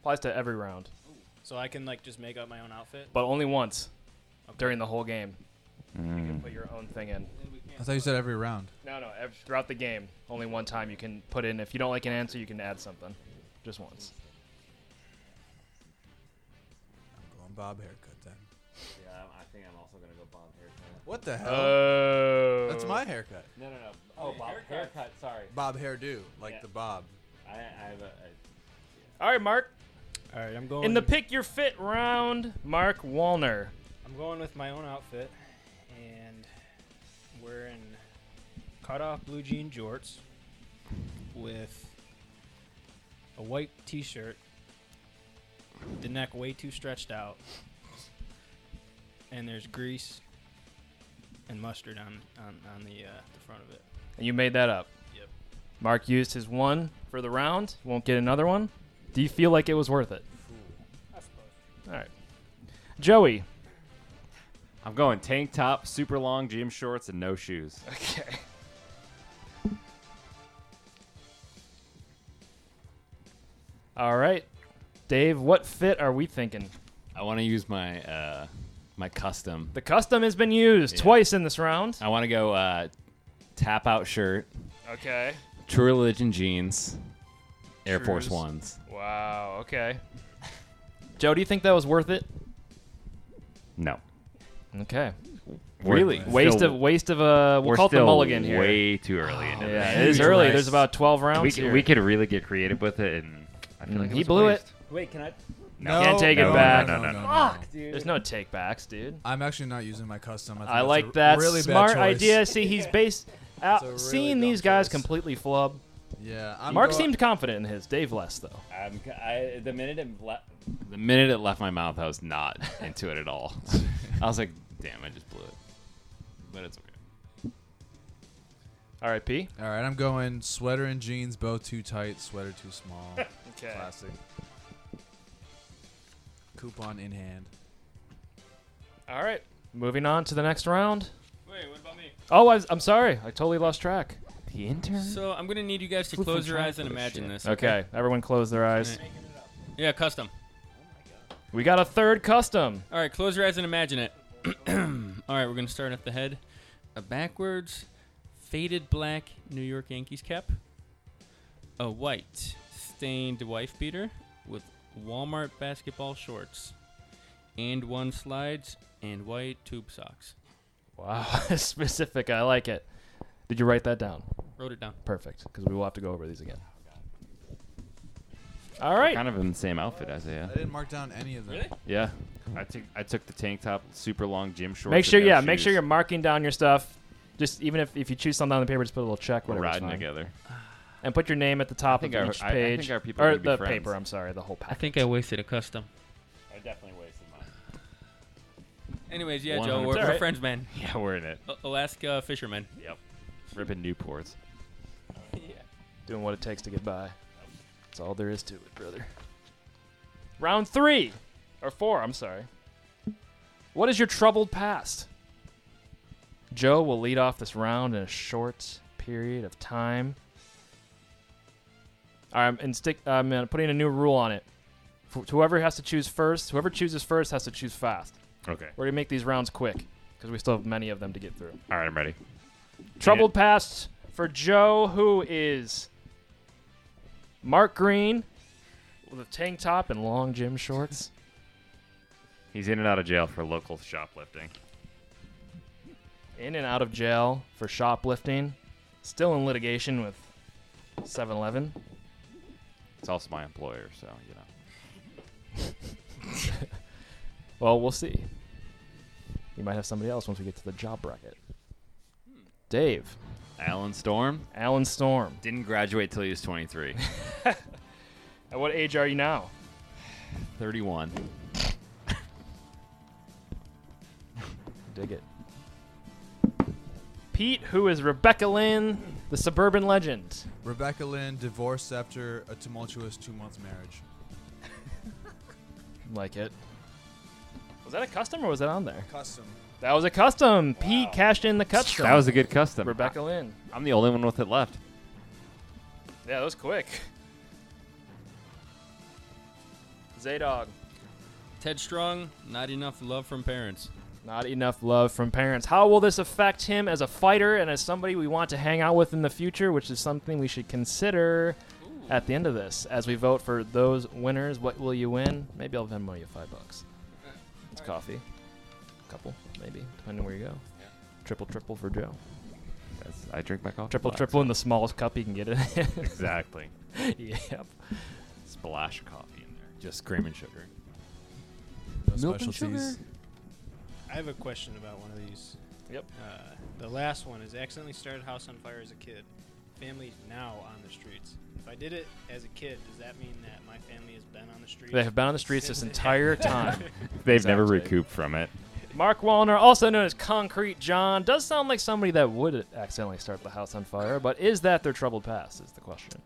[SPEAKER 7] Applies to every round,
[SPEAKER 8] So I can like just make up my own outfit.
[SPEAKER 7] but only once during the whole game. You can put your own thing in.
[SPEAKER 11] I thought you said every round.
[SPEAKER 7] No, no, ev- throughout the game, only one time you can put in. If you don't like an answer, you can add something, just once.
[SPEAKER 11] Going Bob haircut then.
[SPEAKER 10] Yeah, I'm- Um, I think I'm also gonna go Bob haircut.
[SPEAKER 11] What the hell?
[SPEAKER 7] Uh, Oh.
[SPEAKER 11] That's my haircut.
[SPEAKER 10] No, no, no. Oh, Bob haircut. sorry.
[SPEAKER 11] Bob hairdo, like
[SPEAKER 10] Yeah.
[SPEAKER 11] the Bob.
[SPEAKER 10] I, I have a. a
[SPEAKER 7] All right, Mark.
[SPEAKER 14] All right, I'm going.
[SPEAKER 7] In the pick your fit round, Mark Wallner.
[SPEAKER 14] I'm going with my own outfit, and we're in cutoff blue jean jorts with a white T-shirt, the neck way too stretched out, and there's grease and mustard on on, on the uh, the front of it.
[SPEAKER 7] And you made that up.
[SPEAKER 14] Yep.
[SPEAKER 7] Mark used his one for the round. Won't get another one. Do you feel like it was worth it? All right. Joey.
[SPEAKER 15] I'm going tank top, super long gym shorts, and no shoes.
[SPEAKER 7] Okay. All right. Dave, what fit are we thinking?
[SPEAKER 9] I want to use my uh, my custom.
[SPEAKER 7] The custom has been used twice in this round.
[SPEAKER 9] I want to go uh, tap out shirt,
[SPEAKER 7] Okay.
[SPEAKER 9] True Religion jeans, Air Force
[SPEAKER 7] Trues.
[SPEAKER 9] Ones.
[SPEAKER 7] Wow. Okay. Joe, do you think that was worth it?
[SPEAKER 12] No.
[SPEAKER 7] Okay.
[SPEAKER 12] Really?
[SPEAKER 7] Waste
[SPEAKER 12] Still-
[SPEAKER 7] of waste of a. We'll
[SPEAKER 12] We're
[SPEAKER 7] call it the
[SPEAKER 12] still
[SPEAKER 7] mulligan here.
[SPEAKER 12] Way too early. into
[SPEAKER 7] Yeah,
[SPEAKER 12] this.
[SPEAKER 7] it is Jesus early. Christ. There's about 12 rounds
[SPEAKER 12] We, c-
[SPEAKER 7] here.
[SPEAKER 12] we could really get creative with it, and I feel
[SPEAKER 7] Mm,
[SPEAKER 12] like
[SPEAKER 7] he blew it.
[SPEAKER 10] Wait, can I?
[SPEAKER 12] No,
[SPEAKER 7] Can't take
[SPEAKER 12] no,
[SPEAKER 7] it back.
[SPEAKER 12] no, no, no, no,
[SPEAKER 11] Fuck,
[SPEAKER 10] dude.
[SPEAKER 7] There's no take backs, dude.
[SPEAKER 11] I'm actually not using my custom. I, think
[SPEAKER 7] I
[SPEAKER 11] that's
[SPEAKER 7] like
[SPEAKER 11] a
[SPEAKER 7] that
[SPEAKER 11] Really
[SPEAKER 7] smart
[SPEAKER 11] bad choice.
[SPEAKER 7] idea. See, he's based out
[SPEAKER 11] It's a really
[SPEAKER 7] seeing these guys completely flub.
[SPEAKER 11] Yeah,
[SPEAKER 7] Mark
[SPEAKER 9] going-
[SPEAKER 7] seemed confident in his. Dave less though.
[SPEAKER 10] I'm, c- I, the minute it le-
[SPEAKER 9] The minute it left my mouth, I was not into it at all. I was like, damn, I just blew it. But it's okay.
[SPEAKER 7] All right, P.
[SPEAKER 11] All right, I'm going sweater and jeans, both too tight, sweater too small.
[SPEAKER 7] Okay.
[SPEAKER 11] Classic. Coupon in hand.
[SPEAKER 7] All right. Moving on to the next round.
[SPEAKER 8] Wait, what about me?
[SPEAKER 7] Oh, I was, I'm sorry. I totally lost track. The intern.
[SPEAKER 8] So I'm gonna need you guys to
[SPEAKER 7] Flipping
[SPEAKER 8] close your
[SPEAKER 7] track
[SPEAKER 8] eyes and
[SPEAKER 7] for this
[SPEAKER 8] imagine
[SPEAKER 7] shit.
[SPEAKER 8] this.
[SPEAKER 7] Okay. Everyone, close their eyes.
[SPEAKER 8] Yeah, custom.
[SPEAKER 7] We got a third custom.
[SPEAKER 8] All right, close your eyes and imagine it. All right, we're going to start at the head. A backwards, faded black New York Yankees cap. A white, stained wife beater with Walmart basketball shorts. And one slides and white tube socks.
[SPEAKER 7] Wow, specific. I like it. Did you write that down?
[SPEAKER 8] Wrote it down.
[SPEAKER 7] Perfect, because we will have to go over these again. All right.
[SPEAKER 15] Kind of in the same outfit, Isaiah.
[SPEAKER 11] I didn't mark down any of them.
[SPEAKER 15] Yeah. I took I took the tank top, super long gym shorts.
[SPEAKER 7] make
[SPEAKER 15] and
[SPEAKER 7] sure,
[SPEAKER 15] no
[SPEAKER 7] yeah, make
[SPEAKER 15] shoes.
[SPEAKER 7] sure you're marking down your stuff. Just even if, if you choose something on the paper, just put a little check.
[SPEAKER 15] We're
[SPEAKER 7] Whatever, it's
[SPEAKER 15] riding
[SPEAKER 7] fine.
[SPEAKER 15] together.
[SPEAKER 7] And put your name at the top of
[SPEAKER 15] think our-
[SPEAKER 7] each
[SPEAKER 15] I- I
[SPEAKER 7] page.
[SPEAKER 15] think our people
[SPEAKER 7] or
[SPEAKER 15] need to be
[SPEAKER 7] the
[SPEAKER 15] friends.
[SPEAKER 7] paper. I'm sorry, the whole pack.
[SPEAKER 8] I think I wasted a custom.
[SPEAKER 15] I definitely wasted mine.
[SPEAKER 8] Anyways, yeah, Joe, we're,
[SPEAKER 15] 100%.
[SPEAKER 8] we're friends, man.
[SPEAKER 15] Yeah, we're in it.
[SPEAKER 8] A- Alaska fishermen.
[SPEAKER 15] Yep. Ripping Newports.
[SPEAKER 7] Doing what it takes to get by. That's all there is to it, brother. Round three, or four. I'm sorry. What is your troubled past? Joe will lead off this round in a short period of time. All right, I'm- and stick. I'm uh, putting a new rule on it. F- whoever has to choose first, whoever chooses first has to choose fast.
[SPEAKER 15] Okay.
[SPEAKER 7] We're gonna make these rounds quick because we still have many of them to get through.
[SPEAKER 15] All right, I'm ready.
[SPEAKER 7] Troubled past for Joe, who is Mark Green with a tank top and long gym shorts.
[SPEAKER 15] He's in and out of jail for local shoplifting.
[SPEAKER 7] in and out of jail for shoplifting, still in litigation with 7 Eleven.
[SPEAKER 15] It's also my employer, so you know.
[SPEAKER 7] Well, we'll see. You might have somebody else once we get to the job bracket. Dave.
[SPEAKER 15] Alan Storm.
[SPEAKER 7] Alan Storm.
[SPEAKER 15] Didn't graduate till he was 23.
[SPEAKER 7] At what age are you now?
[SPEAKER 15] 31.
[SPEAKER 7] Dig it. Pete, who is Rebecca Lynn, the suburban legend.
[SPEAKER 11] Rebecca Lynn divorced after a tumultuous two-month marriage.
[SPEAKER 7] Like it. Was that a custom or was that on there?
[SPEAKER 11] Custom.
[SPEAKER 7] That was a custom. Pete cashed in the custom.
[SPEAKER 15] That was a good custom.
[SPEAKER 7] Rebecca Lynn.
[SPEAKER 15] I'm the only one with it left.
[SPEAKER 7] Yeah, that was quick. Zaydog.
[SPEAKER 8] Ted Strong, not enough love from parents.
[SPEAKER 7] Not enough love from parents. How will this affect him as a fighter and as somebody we want to hang out with in the future, which is something we should consider at the end of this as we vote for those winners? What will you win? Maybe I'll Venmo you five bucks. It's coffee. couple, maybe, depending where you go. Triple, triple for Joe.
[SPEAKER 15] That's, I drink my coffee.
[SPEAKER 7] Triple,
[SPEAKER 15] black.
[SPEAKER 7] triple in the smallest cup you can get it. in.
[SPEAKER 15] Exactly.
[SPEAKER 7] yep.
[SPEAKER 15] Splash of coffee in there. Just screaming sugar.
[SPEAKER 14] Milk and
[SPEAKER 11] specialties.
[SPEAKER 14] sugar. I have a question about one of these.
[SPEAKER 7] Yep.
[SPEAKER 14] Uh, the last one is accidentally started house on fire as a kid. Family now on the streets. If I did it as a kid, does that mean that my family has been on the streets?
[SPEAKER 7] They have been on the streets this entire time.
[SPEAKER 15] They've never recouped from it.
[SPEAKER 7] Mark Wallner, also known as Concrete John, does sound like somebody that would accidentally start the house on fire, but is that their troubled past? Is the question.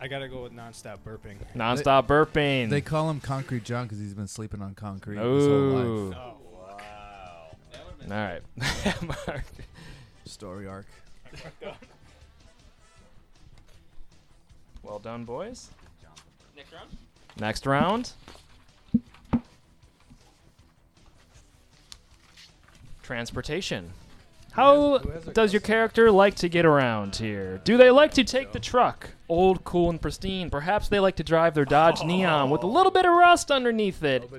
[SPEAKER 14] I gotta go with nonstop burping.
[SPEAKER 7] Nonstop burping.
[SPEAKER 11] They call him Concrete John because he's been sleeping on concrete his whole
[SPEAKER 7] Ooh.
[SPEAKER 11] life.
[SPEAKER 14] Oh wow.
[SPEAKER 7] All right. Mark.
[SPEAKER 11] Story arc.
[SPEAKER 7] Well done, boys.
[SPEAKER 8] Next round?
[SPEAKER 7] Next round. Transportation. How does your character like to get around here? Do they like to take the truck, old, cool, and pristine? Perhaps they like to drive their Dodge Neon with a little bit of rust underneath it,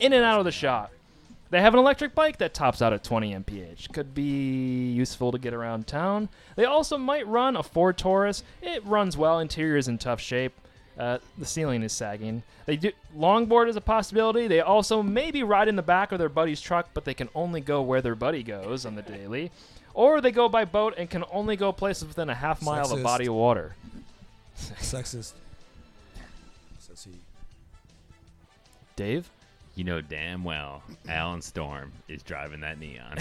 [SPEAKER 7] in and out of the shop. They have an electric bike that tops out at 20 mph. Could be useful to get around town. They also might run a Ford Taurus. It runs well. Interior is in tough shape. Uh, the ceiling is sagging. They do longboard is a possibility. They also maybe ride in the back of their buddy's truck, but they can only go where their buddy goes on the daily, or they go by boat and can only go places within a half mile of a
[SPEAKER 11] Sexist.
[SPEAKER 7] body of water.
[SPEAKER 11] Sexist. Says he.
[SPEAKER 7] Dave?
[SPEAKER 9] You know damn well Alan Storm is driving that neon.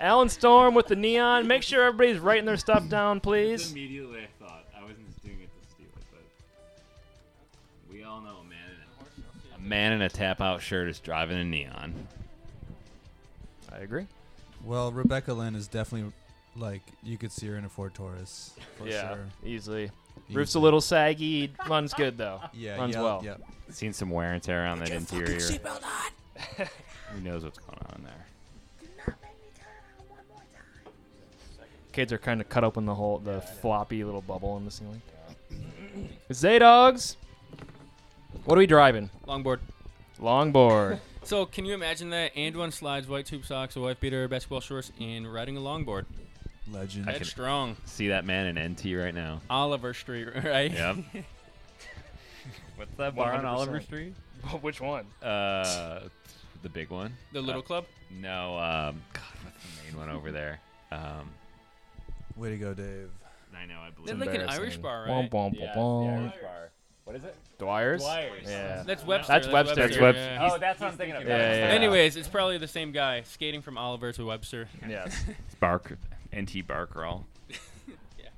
[SPEAKER 7] Alan Storm with the neon. Make sure everybody's writing their stuff down, please.
[SPEAKER 9] immediately I thought. I wasn't just doing it to steal it, but we all know a man in a, man in a tap out shirt is driving a neon.
[SPEAKER 7] I agree.
[SPEAKER 11] Well, Rebecca Lynn is definitely like you could see her in a Ford Taurus for
[SPEAKER 7] yeah,
[SPEAKER 11] sure.
[SPEAKER 7] easily. Roof's a
[SPEAKER 11] Easy.
[SPEAKER 7] little saggy. Runs good though.
[SPEAKER 11] Yeah,
[SPEAKER 7] runs
[SPEAKER 11] yeah,
[SPEAKER 7] well.
[SPEAKER 11] yeah.
[SPEAKER 15] Seen some wear and tear on that interior.
[SPEAKER 6] Seatbelt on.
[SPEAKER 15] Who knows what's going on in there?
[SPEAKER 7] Kids are kind of cut open the whole the floppy little bubble in the ceiling. Zaydogs. What are we driving?
[SPEAKER 8] Longboard.
[SPEAKER 7] Longboard.
[SPEAKER 8] So can you imagine that? And one slides, white tube socks, a wife beater, basketball shorts, and riding a longboard.
[SPEAKER 11] Legend.
[SPEAKER 8] That's strong.
[SPEAKER 9] See that man in NT right now.
[SPEAKER 8] Oliver Street, right?
[SPEAKER 9] Yep.
[SPEAKER 8] What's
[SPEAKER 9] that bar on Oliver Street?
[SPEAKER 7] Which one?
[SPEAKER 9] Uh, the big one.
[SPEAKER 8] The little
[SPEAKER 9] Uh,
[SPEAKER 8] club?
[SPEAKER 9] No. Um, God, what's the main one over there? Um,
[SPEAKER 11] Way to go, Dave.
[SPEAKER 9] I know. I believe.
[SPEAKER 8] They're like an Irish bar,
[SPEAKER 7] Womp,
[SPEAKER 8] right?
[SPEAKER 7] womp,
[SPEAKER 9] Yeah, yeah,
[SPEAKER 7] womp, womp.
[SPEAKER 9] Irish bar. What is it?
[SPEAKER 7] Dwyer's?
[SPEAKER 9] Dwyer's.
[SPEAKER 7] Yeah.
[SPEAKER 8] That's Webster.
[SPEAKER 7] That's Webster.
[SPEAKER 8] Webster.
[SPEAKER 7] That's
[SPEAKER 8] yeah.
[SPEAKER 7] Webster.
[SPEAKER 8] He's-
[SPEAKER 12] Oh, that's what I'm
[SPEAKER 8] he's
[SPEAKER 12] thinking of.
[SPEAKER 7] Yeah, yeah, yeah.
[SPEAKER 8] Anyways, it's probably the same guy skating from Oliver to Webster.
[SPEAKER 7] Yes.
[SPEAKER 12] Bark, NT Barkerall.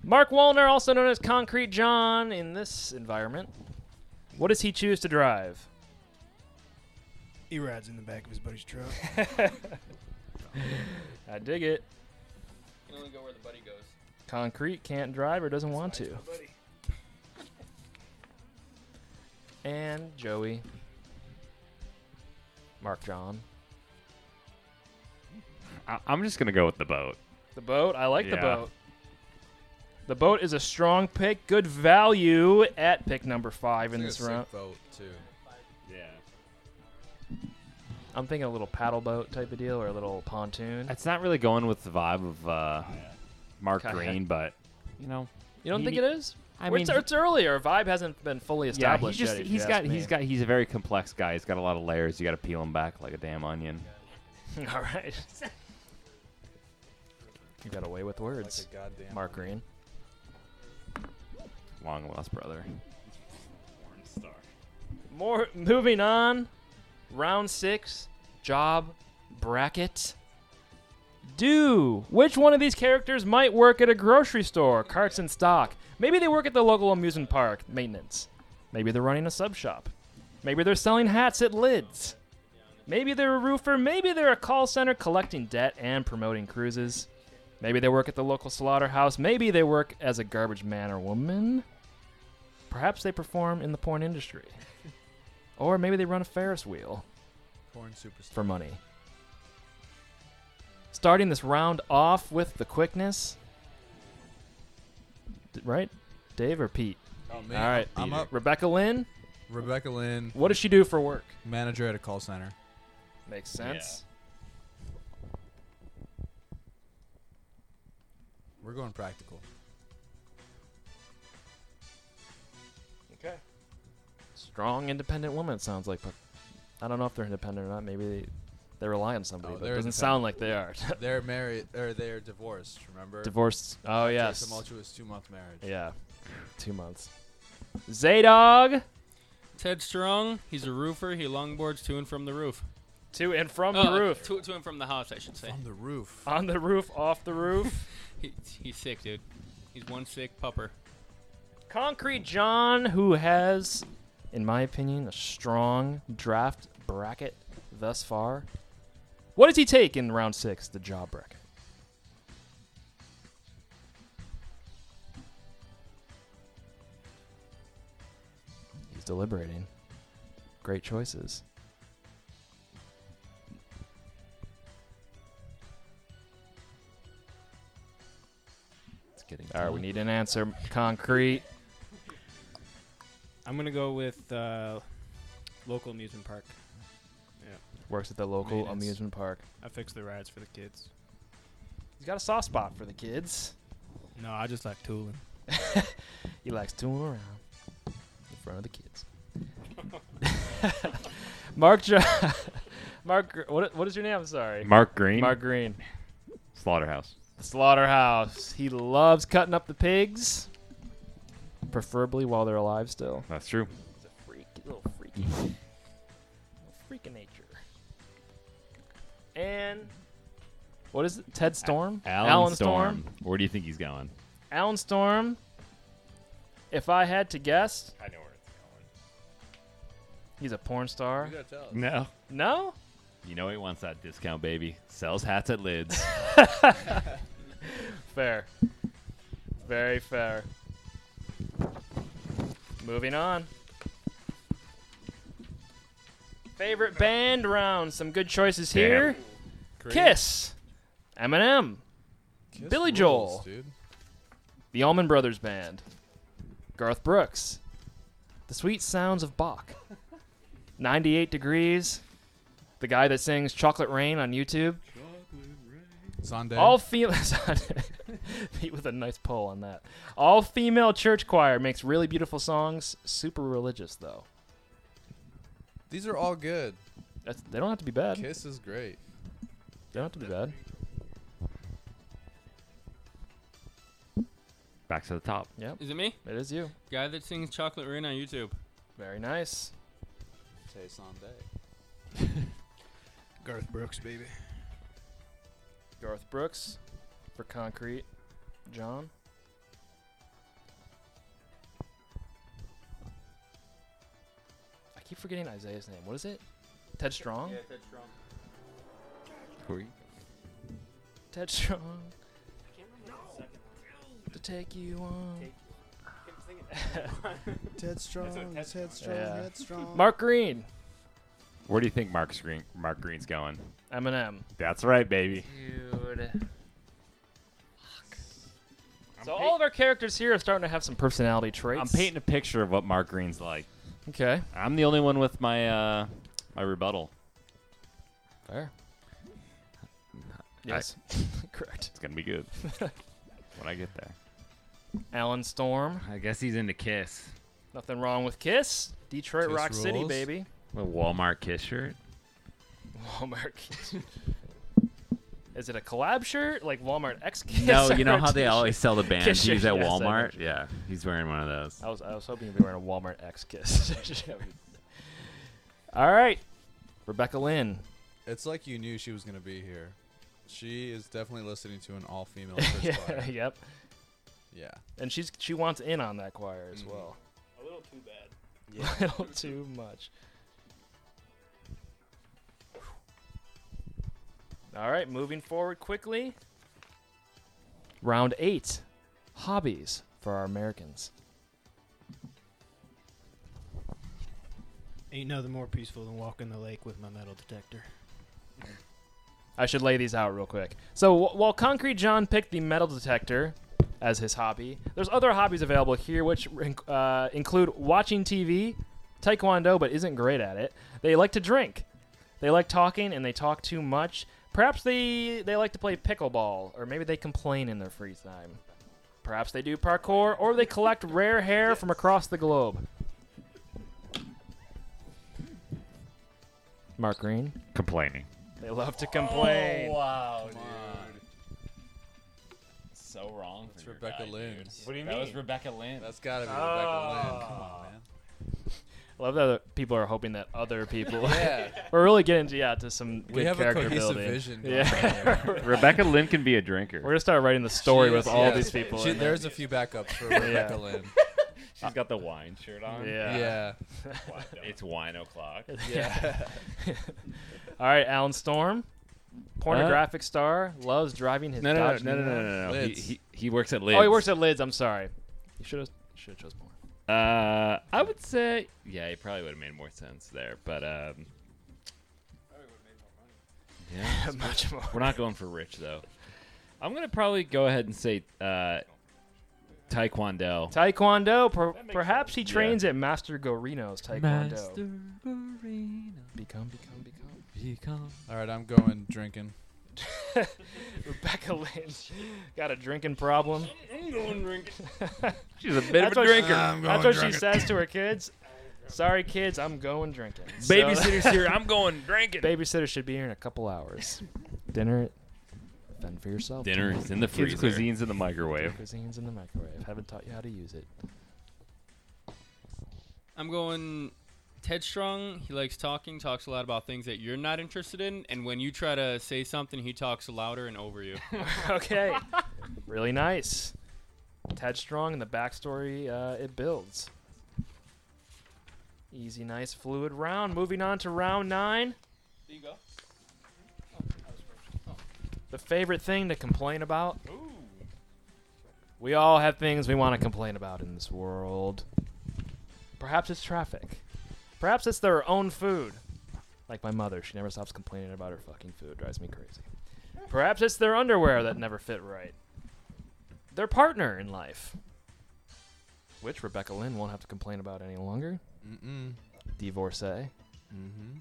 [SPEAKER 7] Mark Wallner, also known as Concrete John, in this environment. What does he choose to drive?
[SPEAKER 14] He rides in the back of his buddy's truck.
[SPEAKER 7] I dig it.
[SPEAKER 8] can only go where the buddy goes.
[SPEAKER 7] Concrete can't drive or doesn't want to. And Joey. Mark John.
[SPEAKER 12] I- I'm just gonna go with the boat.
[SPEAKER 7] The boat. I like the
[SPEAKER 12] Yeah.
[SPEAKER 7] boat. The boat is a strong pick. Good value at pick number five in
[SPEAKER 11] It's
[SPEAKER 7] this
[SPEAKER 11] like a sick
[SPEAKER 7] round.
[SPEAKER 11] boat, too.
[SPEAKER 12] Yeah.
[SPEAKER 7] I'm thinking a little paddle boat type of deal or a little pontoon.
[SPEAKER 12] It's not really going with the vibe of uh, Mark
[SPEAKER 7] Kayak.
[SPEAKER 12] Green, but you know,
[SPEAKER 7] You don't
[SPEAKER 12] he-
[SPEAKER 7] think it is?
[SPEAKER 12] I
[SPEAKER 7] Well, it's,
[SPEAKER 12] mean-
[SPEAKER 7] it's earlier. Vibe hasn't been fully
[SPEAKER 12] yeah, he
[SPEAKER 7] established
[SPEAKER 12] just
[SPEAKER 7] yet. if
[SPEAKER 12] he's
[SPEAKER 7] you
[SPEAKER 12] got
[SPEAKER 7] ask me.
[SPEAKER 12] he's got he's a very complex guy. He's got a lot of layers. You got to peel him back like a damn onion.
[SPEAKER 7] All right. you got away with words,
[SPEAKER 11] a goddamn
[SPEAKER 7] Mark Green.
[SPEAKER 12] Long lost brother.
[SPEAKER 7] More moving on. Round six, job bracket. Do which one of these characters might work at a grocery store, carts in stock? Maybe they work at the local amusement park, maintenance. Maybe they're running a sub shop. Maybe they're selling hats at lids. Maybe they're a roofer. Maybe they're a call center collecting debt and promoting cruises. Maybe they work at the local slaughterhouse. Maybe they work as a garbage man or woman. Perhaps they perform in the porn industry. Or maybe they run a Ferris wheel
[SPEAKER 11] Porn superstar.
[SPEAKER 7] for money. Starting this round off with the quickness. D- Right? Dave or Pete?
[SPEAKER 11] Oh, me.
[SPEAKER 7] All right.
[SPEAKER 11] I'm Peter. up.
[SPEAKER 7] Rebecca Lynn,
[SPEAKER 11] Rebecca Lynn,
[SPEAKER 7] what does she do for work?
[SPEAKER 11] manager at a call center.
[SPEAKER 7] Makes sense.
[SPEAKER 11] We're going practical.
[SPEAKER 7] Okay. Strong, independent woman, it sounds like. But I don't know if they're independent or not. Independent. Maybe they, they rely on somebody,
[SPEAKER 11] Oh,
[SPEAKER 7] but it
[SPEAKER 11] they're
[SPEAKER 7] doesn't
[SPEAKER 11] independent.
[SPEAKER 7] sound like they are.
[SPEAKER 11] they're married or they're divorced. Remember?
[SPEAKER 7] Divorced. Oh,
[SPEAKER 11] After
[SPEAKER 7] yes.
[SPEAKER 11] A tumultuous two-month marriage.
[SPEAKER 7] yeah. Two months. Zaydog.
[SPEAKER 8] Ted Strong, he's a roofer. He longboards to and from the roof.
[SPEAKER 7] To and from
[SPEAKER 11] Uh,
[SPEAKER 8] Oh,
[SPEAKER 7] the roof.
[SPEAKER 8] To, to and from the house, I should say.
[SPEAKER 11] From the roof.
[SPEAKER 7] On the roof, off the roof.
[SPEAKER 8] He, he's sick, dude. He's one sick pupper.
[SPEAKER 7] Concrete John, who has, in my opinion, a strong draft bracket thus far. What does he take in round six, the job bracket? He's deliberating. Great choices.
[SPEAKER 12] It's getting.
[SPEAKER 7] All right, we need an answer. Concrete.
[SPEAKER 14] I'm gonna go with uh, local amusement park. Yeah,
[SPEAKER 7] Works at the local
[SPEAKER 14] Maintenance.
[SPEAKER 7] amusement park.
[SPEAKER 14] I fix the rides for the kids.
[SPEAKER 7] He's got a soft spot for the kids.
[SPEAKER 14] No, I just like tooling.
[SPEAKER 7] He likes tooling around in front of the kids. Mark, jo- Mark, Gr- what, what is your name? I'm sorry.
[SPEAKER 12] Mark Green?
[SPEAKER 7] Mark Green.
[SPEAKER 12] Slaughterhouse.
[SPEAKER 7] The slaughterhouse. He loves cutting up the pigs, preferably while they're alive still. Mm-hmm.
[SPEAKER 12] That's true.
[SPEAKER 7] He's a freak, little freaky, little freak of nature. And what is it? Ted Storm.
[SPEAKER 12] Alan,
[SPEAKER 7] Alan
[SPEAKER 12] Storm. Where do you think he's going?
[SPEAKER 7] Alan Storm. If I had to guess,
[SPEAKER 12] I know where it's going.
[SPEAKER 7] he's a porn star.
[SPEAKER 11] You gotta tell us.
[SPEAKER 12] No.
[SPEAKER 7] No?
[SPEAKER 12] You know he wants that discount, baby. Sells hats at lids.
[SPEAKER 7] Fair. Very fair. Moving on. Favorite band round. Some good choices here. Kiss. Eminem.
[SPEAKER 11] Kiss
[SPEAKER 7] Billy
[SPEAKER 11] rules,
[SPEAKER 7] Joel.
[SPEAKER 11] dude.
[SPEAKER 7] The Allman Brothers Band. Garth Brooks. The sweet sounds of Bach. 98 degrees. The guy that sings Chocolate Rain on YouTube.
[SPEAKER 11] Sunday.
[SPEAKER 7] All female. Pete with a nice poll on that. All female church choir makes really beautiful songs. Super religious though.
[SPEAKER 16] These are all good.
[SPEAKER 7] That's they don't have to be bad.
[SPEAKER 16] Kiss is great.
[SPEAKER 7] They don't have to be bad.
[SPEAKER 12] Back to the top.
[SPEAKER 7] Yep.
[SPEAKER 8] Is it me?
[SPEAKER 7] It is you.
[SPEAKER 8] Guy that sings Chocolate Rain on YouTube.
[SPEAKER 7] Very nice.
[SPEAKER 16] Tay Sunday.
[SPEAKER 14] Garth Brooks, baby.
[SPEAKER 7] Garth Brooks for Concrete. John. I keep forgetting Isaiah's name. What is it? Ted Strong?
[SPEAKER 13] Ted Strong.
[SPEAKER 7] Ted Strong. To take you on.
[SPEAKER 6] Ted Strong, Ted Strong,
[SPEAKER 7] Yeah.
[SPEAKER 6] Ted Strong.
[SPEAKER 7] Mark Green.
[SPEAKER 15] Where do you think Mark's Green, Mark Green's going?
[SPEAKER 7] Eminem.
[SPEAKER 15] That's right, baby.
[SPEAKER 7] Dude. So all of our characters here are starting to have some personality traits.
[SPEAKER 15] I'm painting a picture of what Mark Green's like.
[SPEAKER 7] Okay.
[SPEAKER 15] I'm the only one with my uh, my rebuttal.
[SPEAKER 7] Fair. Yes. Correct.
[SPEAKER 15] It's gonna be good when I get there.
[SPEAKER 7] Alan Storm.
[SPEAKER 9] I guess he's into Kiss.
[SPEAKER 7] Nothing wrong with Kiss. Detroit
[SPEAKER 9] Kiss
[SPEAKER 7] Rock City,
[SPEAKER 9] rules.
[SPEAKER 7] baby.
[SPEAKER 9] A Walmart Kiss shirt.
[SPEAKER 7] Walmart. Is it a collab shirt? Like Walmart X Kiss?
[SPEAKER 9] no,
[SPEAKER 7] or
[SPEAKER 9] you know
[SPEAKER 7] a
[SPEAKER 9] how they
[SPEAKER 7] t-shirt?
[SPEAKER 9] always sell the band
[SPEAKER 7] Kiss
[SPEAKER 9] tees
[SPEAKER 7] shirt,
[SPEAKER 9] at
[SPEAKER 7] yes, I know.
[SPEAKER 9] Walmart. Yeah, he's wearing one of those.
[SPEAKER 15] Oh.
[SPEAKER 7] I was, I was hoping you'd be wearing a Walmart X Kiss. All right. Rebecca Lynn.
[SPEAKER 16] It's like you knew she was gonna be here. She is definitely listening to an all-female church choir.
[SPEAKER 7] yep.
[SPEAKER 16] Yeah.
[SPEAKER 7] And she's she wants in on that choir as well.
[SPEAKER 14] A little too bad.
[SPEAKER 7] A little too much. All right, moving forward quickly. Round eight hobbies for our Americans.
[SPEAKER 14] Ain't nothing more peaceful than walking the lake with my metal detector.
[SPEAKER 7] I should lay these out real quick. So wh- while Concrete John picked the metal detector as his hobby, there's other hobbies available here, which uh, include watching TV, taekwondo, but isn't great at it. They like to drink, they like talking, and they talk too much. Perhaps they they like to play pickleball, or maybe they complain in their free time. Perhaps they do parkour, or they collect rare hair from across the globe. Mark Green.
[SPEAKER 9] Complaining.
[SPEAKER 7] They love to complain.
[SPEAKER 15] wow, dude. So wrong.
[SPEAKER 16] That's Rebecca Lynn.
[SPEAKER 15] What do you
[SPEAKER 16] That was
[SPEAKER 15] mean? Rebecca Lynn.
[SPEAKER 16] That's gotta be Rebecca Lynn. Come on, man.
[SPEAKER 7] I love that other people are hoping that other people.
[SPEAKER 16] Yeah.
[SPEAKER 7] We're really getting to, yeah, to some
[SPEAKER 16] We
[SPEAKER 7] good
[SPEAKER 16] have a
[SPEAKER 7] character
[SPEAKER 16] cohesive
[SPEAKER 7] building.
[SPEAKER 16] vision going
[SPEAKER 7] Yeah.
[SPEAKER 16] on here.
[SPEAKER 12] Rebecca Lynn can be a drinker.
[SPEAKER 7] We're gonna start writing the story
[SPEAKER 16] She
[SPEAKER 7] with
[SPEAKER 16] is,
[SPEAKER 7] all
[SPEAKER 16] yes.
[SPEAKER 7] these people.
[SPEAKER 16] She-
[SPEAKER 7] in there.
[SPEAKER 16] there's a few backups for
[SPEAKER 7] Yeah.
[SPEAKER 16] Rebecca Lynn.
[SPEAKER 15] She's got the wine shirt on.
[SPEAKER 7] Yeah.
[SPEAKER 16] Yeah.
[SPEAKER 15] Wine- it's wine o'clock.
[SPEAKER 7] Yeah. all right, Alan Storm, pornographic star, loves driving his
[SPEAKER 9] Uh. No, no, no,
[SPEAKER 7] Dodge.
[SPEAKER 9] no, no, no,
[SPEAKER 7] Neon.
[SPEAKER 9] no, no. He, he, he works at Lids.
[SPEAKER 7] Oh, he works at Lids. I'm sorry. You should have should have chose porn.
[SPEAKER 9] Uh, I would say, yeah, it probably would have made more sense there, but um, yeah,
[SPEAKER 7] much more.
[SPEAKER 9] We're not going for rich though. I'm gonna probably go ahead and say uh, taekwondo.
[SPEAKER 7] Taekwondo. Per- perhaps he trains at Master Gorino's Taekwondo.
[SPEAKER 9] Master
[SPEAKER 7] Become, become, become.
[SPEAKER 16] All right, I'm going drinking.
[SPEAKER 7] Rebecca Lynch got a drinking problem.
[SPEAKER 8] I'm going drinking.
[SPEAKER 9] She's a bit of
[SPEAKER 7] That's
[SPEAKER 9] a
[SPEAKER 7] what-
[SPEAKER 9] drinker.
[SPEAKER 7] That's what she says to her kids. Sorry, kids, I'm going drinking. So-
[SPEAKER 9] Babysitter's here, I'm going drinking.
[SPEAKER 7] Babysitter should be here in a couple hours. Dinner, fend for yourself.
[SPEAKER 9] Dinner is in the freezer.
[SPEAKER 15] Kids' cuisine's in the microwave.
[SPEAKER 7] Cuisine's in the microwave. Haven't taught you how to use it.
[SPEAKER 8] I'm going Ted Strong. He likes talking, talks a lot about things that you're not interested in, and when you try to say something, he talks louder and over you.
[SPEAKER 7] okay. Really nice. Ted Strong and the backstory uh, it builds. Easy, nice, fluid round. Moving on to round nine.
[SPEAKER 8] There you go.
[SPEAKER 7] The favorite thing to complain about. We all have things we want to complain about in this world. Perhaps it's traffic. Perhaps it's their own food. Like my mother, she never stops complaining about her fucking food. Drives me crazy. Perhaps it's their underwear that never fit right. Their partner in life. Which Rebecca Lynn won't have to complain about any longer. Mm-mm. Divorcee. Mm-hmm.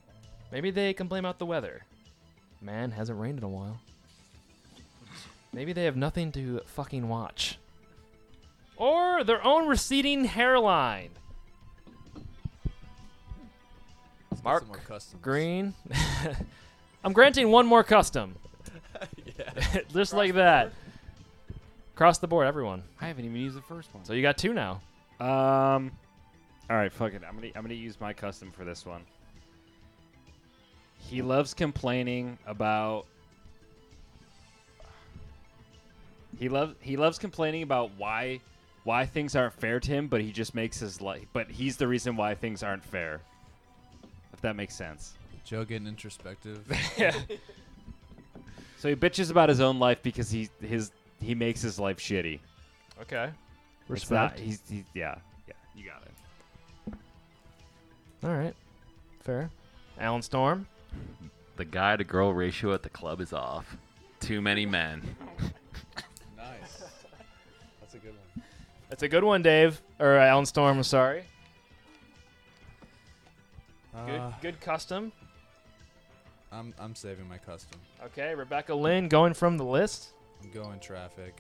[SPEAKER 7] Maybe they can blame out the weather. Man, hasn't rained in a while. Maybe they have nothing to fucking watch. Or their own receding hairline. Mark Green. I'm granting one more custom. Just like that. Across the board, everyone.
[SPEAKER 12] I haven't even used the first one.
[SPEAKER 7] So you got two now.
[SPEAKER 15] Um, all right, fuck it. I'm gonna I'm gonna use my custom for this one. He loves complaining about. He loves he loves complaining about why why things aren't fair to him, but he just makes his life. But he's the reason why things aren't fair. If that makes sense.
[SPEAKER 11] Joe getting introspective.
[SPEAKER 15] yeah. So he bitches about his own life because he his he makes his life shitty.
[SPEAKER 7] Okay.
[SPEAKER 15] It's not,
[SPEAKER 7] Respect.
[SPEAKER 15] he's, he's yeah yeah you got it.
[SPEAKER 7] All right. Fair. Alan Storm.
[SPEAKER 12] The guy to girl ratio at the club is off. Too many men.
[SPEAKER 16] Nice. That's a good one.
[SPEAKER 7] That's a good one, Dave. Or uh, Alan Storm, I'm sorry. Good,
[SPEAKER 11] Uh,
[SPEAKER 7] good custom.
[SPEAKER 11] I'm I'm saving my custom.
[SPEAKER 7] Okay, Rebecca Lynn going from the list.
[SPEAKER 11] I'm going traffic.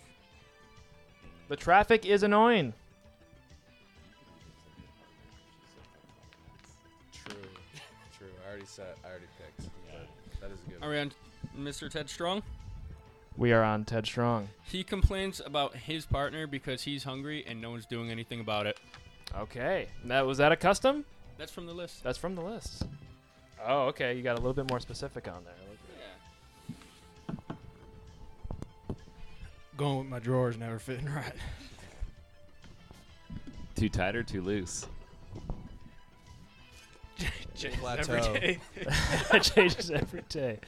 [SPEAKER 7] The traffic is annoying.
[SPEAKER 16] True. True. I already said. I already picked. But that is a good.
[SPEAKER 8] Are we on Mr. Ted Strong?
[SPEAKER 7] We are on Ted Strong.
[SPEAKER 8] He complains about his partner because he's hungry and no one's doing anything about it.
[SPEAKER 7] Okay. That was that a custom?
[SPEAKER 8] That's from the list.
[SPEAKER 7] That's from the list. Oh, okay. You got a little bit more specific on there. Look at
[SPEAKER 14] Going with my drawers never fitting right.
[SPEAKER 9] Too tight or too loose?
[SPEAKER 16] Plateau.
[SPEAKER 7] that changes every day.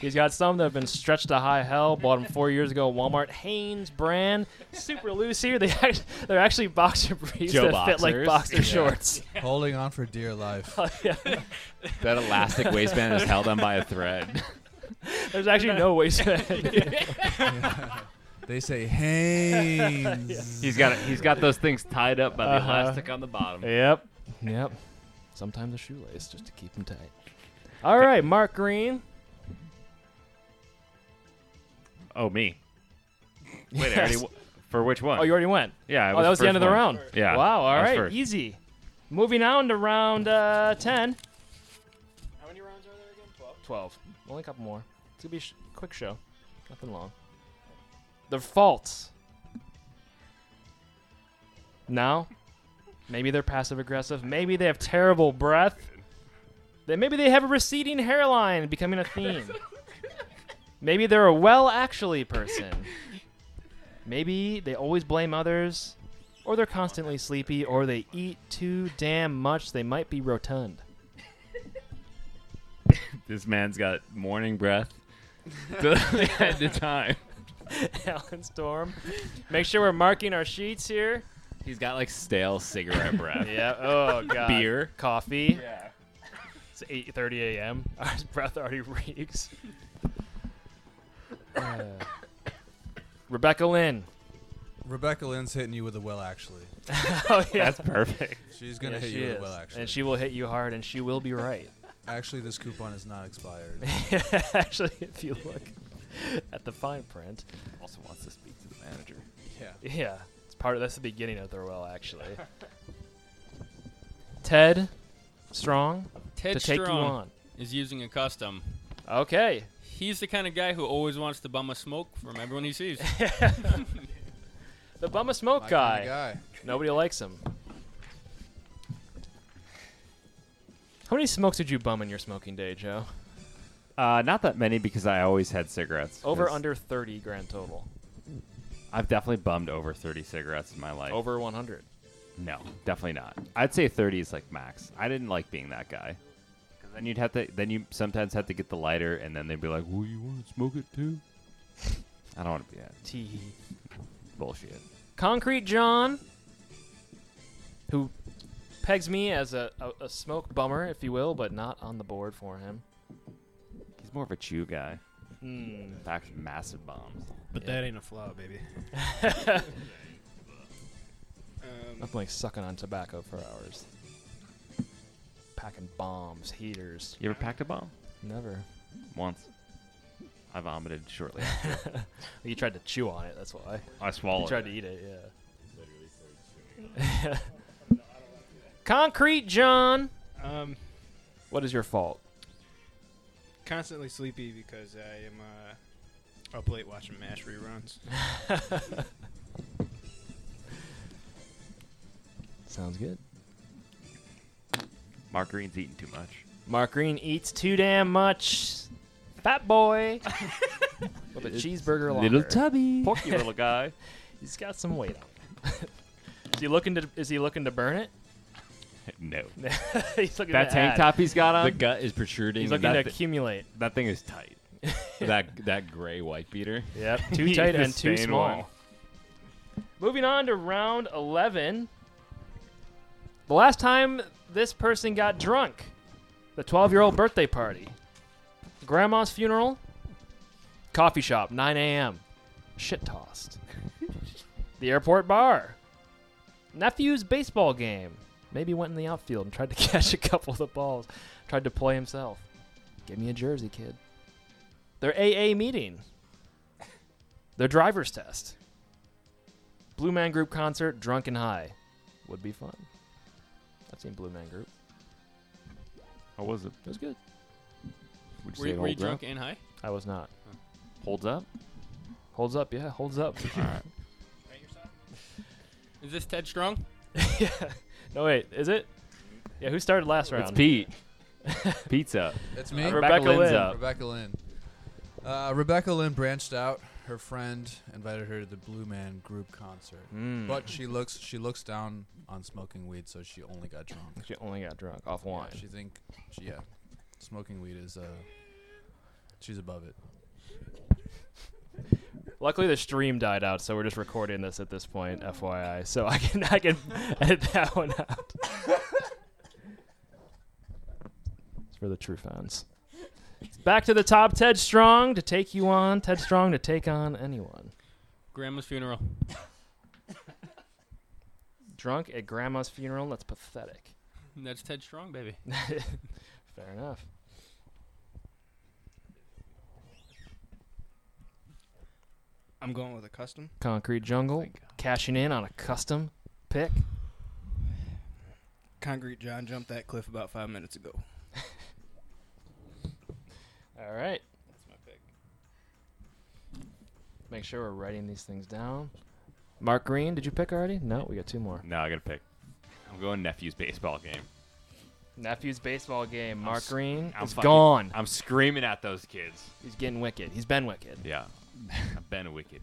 [SPEAKER 7] He's got some that have been stretched to high hell. Bought them four years ago. Walmart Hanes brand, super loose here. They act- they're actually boxer briefs
[SPEAKER 9] Joe
[SPEAKER 7] that fit like
[SPEAKER 9] boxers.
[SPEAKER 7] boxer
[SPEAKER 9] Yeah.
[SPEAKER 7] shorts.
[SPEAKER 11] Holding on for dear life.
[SPEAKER 9] That elastic waistband is held on by a thread.
[SPEAKER 7] There's actually no waistband.
[SPEAKER 11] They say Haynes.
[SPEAKER 9] He's got it. He's got those things tied up by the
[SPEAKER 7] Uh-huh.
[SPEAKER 9] elastic on the bottom.
[SPEAKER 7] Yep. Yep. Sometimes a shoelace just to keep them tight. All right, Mark Green.
[SPEAKER 15] Oh me. Wait, I already
[SPEAKER 7] Yes.
[SPEAKER 15] w- for which one?
[SPEAKER 7] Oh, you already went.
[SPEAKER 15] Yeah. I
[SPEAKER 7] oh, that was the
[SPEAKER 15] first
[SPEAKER 7] end of the
[SPEAKER 15] one.
[SPEAKER 7] round.
[SPEAKER 15] Yeah.
[SPEAKER 7] Wow.
[SPEAKER 15] I
[SPEAKER 7] All
[SPEAKER 15] was
[SPEAKER 7] right.
[SPEAKER 15] first.
[SPEAKER 7] Easy. Moving on to round uh, ten.
[SPEAKER 14] How many rounds are there again? Twelve.
[SPEAKER 7] Twelve. Only a couple more. It's gonna be a sh- quick show. Nothing long. Their faults. Now, maybe they're passive aggressive. Maybe they have terrible breath. They, maybe they have a receding hairline becoming a theme. maybe they're a well actually person. Maybe they always blame others, or they're constantly sleepy, or they eat too damn much. They might be rotund.
[SPEAKER 9] This man's got morning breath. at the time.
[SPEAKER 7] Alan Storm. Make sure we're marking our sheets here.
[SPEAKER 9] He's got like stale cigarette breath.
[SPEAKER 7] Yeah. Oh god.
[SPEAKER 9] Beer.
[SPEAKER 7] Coffee. Yeah. It's 8:30 a.m. Our breath already reeks. Uh, Rebecca Lynn.
[SPEAKER 11] Rebecca Lynn's hitting you with a well, actually.
[SPEAKER 7] Oh yeah.
[SPEAKER 11] She's gonna
[SPEAKER 7] Yeah,
[SPEAKER 11] hit
[SPEAKER 7] she
[SPEAKER 11] you with
[SPEAKER 7] is.
[SPEAKER 11] a well, actually.
[SPEAKER 7] And she will hit you hard, and she will be right.
[SPEAKER 11] Actually, this coupon is not expired.
[SPEAKER 7] Actually, if you look at the fine print.
[SPEAKER 12] Also wants to speak to the manager.
[SPEAKER 11] Yeah.
[SPEAKER 7] Yeah. It's part of that's the beginning of their well, actually. Ted Strong
[SPEAKER 8] Ted
[SPEAKER 7] to take
[SPEAKER 8] Strong
[SPEAKER 7] you on.
[SPEAKER 8] is using a custom.
[SPEAKER 7] Okay.
[SPEAKER 8] He's the kind of guy who always wants to bum a smoke from everyone he sees.
[SPEAKER 7] The bum of smoke
[SPEAKER 8] My
[SPEAKER 7] guy.
[SPEAKER 8] kinda guy.
[SPEAKER 7] Nobody likes him. How many smokes did you bum in your smoking day, Joe?
[SPEAKER 15] Uh, not that many because I always had cigarettes.
[SPEAKER 7] Over
[SPEAKER 15] 'cause
[SPEAKER 7] under 30 grand total.
[SPEAKER 15] I've definitely bummed over 30 cigarettes in my life.
[SPEAKER 7] Over 100.
[SPEAKER 15] No, definitely not. I'd say 30 is like max. I didn't like being that guy. 'Cause Then you'd have to. Then you sometimes had to get the lighter, and then they'd be like, "Well, you want to smoke it too?" I don't want to be that.
[SPEAKER 7] Tee.
[SPEAKER 15] Bullshit.
[SPEAKER 7] Concrete John, who pegs me as a, a, a smoke bummer, if you will, but not on the board for him.
[SPEAKER 15] He's more of a chew guy.
[SPEAKER 7] Hmm.
[SPEAKER 15] Packs massive bombs.
[SPEAKER 14] But that ain't a flaw, baby.
[SPEAKER 7] Nothing like sucking on tobacco for hours. Packing bombs, heaters.
[SPEAKER 12] You ever packed a bomb?
[SPEAKER 7] Never.
[SPEAKER 12] Once. I vomited shortly after.
[SPEAKER 7] You tried to chew on it. That's why.
[SPEAKER 12] I swallowed
[SPEAKER 7] You tried to eat it. Yeah. Concrete John.
[SPEAKER 14] Um,
[SPEAKER 7] What is your fault?
[SPEAKER 14] constantly sleepy because I am uh, up late watching MASH reruns.
[SPEAKER 7] Sounds good.
[SPEAKER 12] Mark Green's eating too much.
[SPEAKER 7] Mark Green eats too damn much. Fat boy. With a cheeseburger longer.
[SPEAKER 12] Little tubby.
[SPEAKER 7] Porky
[SPEAKER 12] little
[SPEAKER 7] little
[SPEAKER 12] guy.
[SPEAKER 7] He's got some weight on him. is he looking to is he looking to burn it?
[SPEAKER 12] No.
[SPEAKER 7] He's looking
[SPEAKER 15] That
[SPEAKER 7] to
[SPEAKER 15] tank
[SPEAKER 7] add.
[SPEAKER 15] top he's got on.
[SPEAKER 12] The gut is protruding.
[SPEAKER 7] Um, He's
[SPEAKER 12] and
[SPEAKER 7] looking
[SPEAKER 12] that
[SPEAKER 7] to
[SPEAKER 12] thi-
[SPEAKER 7] accumulate.
[SPEAKER 12] That thing is tight. that that gray white beater.
[SPEAKER 7] Yep. Too tight and too small. Moving on to round 11. The last time this person got drunk, the 12 year old birthday party, grandma's funeral, coffee shop, 9 a.m., shit tossed, the airport bar, nephew's baseball game. Maybe went in the outfield and tried to catch a couple of the balls, tried to play himself. Give me a jersey, kid. Their AA meeting, their driver's test. Blue Man Group concert, drunk and high, would be fun. I've seen Blue Man Group.
[SPEAKER 12] How was it?
[SPEAKER 7] It was good.
[SPEAKER 12] Would
[SPEAKER 8] Were, you- were you drunk and high?
[SPEAKER 7] I was not.
[SPEAKER 12] Holds up.
[SPEAKER 7] Holds up, yeah, holds up.
[SPEAKER 12] All right.
[SPEAKER 8] Is this Ted Strong?
[SPEAKER 7] yeah. No wait, is it? Yeah, who started last round?
[SPEAKER 15] It's Pete. Pete's up.
[SPEAKER 16] It's me.
[SPEAKER 7] Uh, Rebecca,
[SPEAKER 15] Rebecca Lynn's
[SPEAKER 7] Lynn.
[SPEAKER 15] up.
[SPEAKER 16] Rebecca Lynn. Uh, Rebecca Lynn branched out. Her friend invited her to the Blue Man Group concert,
[SPEAKER 7] Mm.
[SPEAKER 16] but she looks she looks down on smoking weed, so she only got drunk.
[SPEAKER 7] She only got drunk off wine.
[SPEAKER 16] She think, she, yeah, smoking weed is uh, she's above it.
[SPEAKER 7] Luckily, the stream died out, so we're just recording this at this point, FYI. So I can I can edit that one out. it's for the true fans. Back to the top, Ted Strong to take you on. Ted Strong to take on anyone.
[SPEAKER 8] Grandma's funeral.
[SPEAKER 7] Drunk at grandma's funeral. That's pathetic.
[SPEAKER 8] That's Ted Strong, baby.
[SPEAKER 7] Fair enough.
[SPEAKER 14] I'm going with a custom.
[SPEAKER 7] Concrete jungle cashing in on a custom pick.
[SPEAKER 14] Concrete John jumped that cliff about five minutes ago.
[SPEAKER 7] All right.
[SPEAKER 14] That's my pick.
[SPEAKER 7] Make sure we're writing these things down. Mark Green, did you pick already? No, we got two more.
[SPEAKER 15] No, I gotta pick. I'm going nephew's baseball game.
[SPEAKER 7] Nephew's baseball game.
[SPEAKER 15] I'm
[SPEAKER 7] Mark
[SPEAKER 15] s-
[SPEAKER 7] Green
[SPEAKER 15] I'm
[SPEAKER 7] is
[SPEAKER 15] fucking-
[SPEAKER 7] gone.
[SPEAKER 15] I'm screaming at those kids.
[SPEAKER 7] He's getting wicked. He's been wicked.
[SPEAKER 15] Yeah, I've been wicked.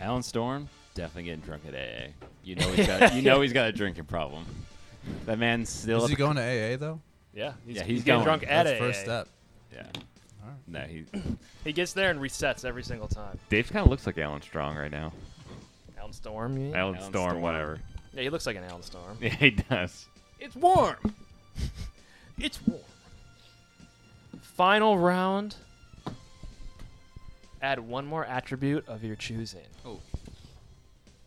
[SPEAKER 15] Alan Storm definitely getting drunk at AA. You know he's got you know he's got a drinking problem. That man's still.
[SPEAKER 16] Is
[SPEAKER 15] at
[SPEAKER 16] he
[SPEAKER 15] the-
[SPEAKER 16] going to AA though?
[SPEAKER 7] Yeah, he's-
[SPEAKER 15] yeah,
[SPEAKER 7] he's
[SPEAKER 15] he's
[SPEAKER 7] getting
[SPEAKER 15] going.
[SPEAKER 7] drunk at
[SPEAKER 16] That's first
[SPEAKER 7] AA.
[SPEAKER 16] step.
[SPEAKER 15] Yeah.
[SPEAKER 16] All right.
[SPEAKER 15] No, he.
[SPEAKER 7] He gets there and resets every single time.
[SPEAKER 15] Dave kind of looks like Alan Strong right now.
[SPEAKER 7] Alan Storm, you mean?
[SPEAKER 15] Alan, Storm, whatever.
[SPEAKER 7] Yeah, he looks like an Alan Storm.
[SPEAKER 15] Yeah, he does.
[SPEAKER 7] It's warm. it's warm. Final round. Add one more attribute of your choosing.
[SPEAKER 8] Oh.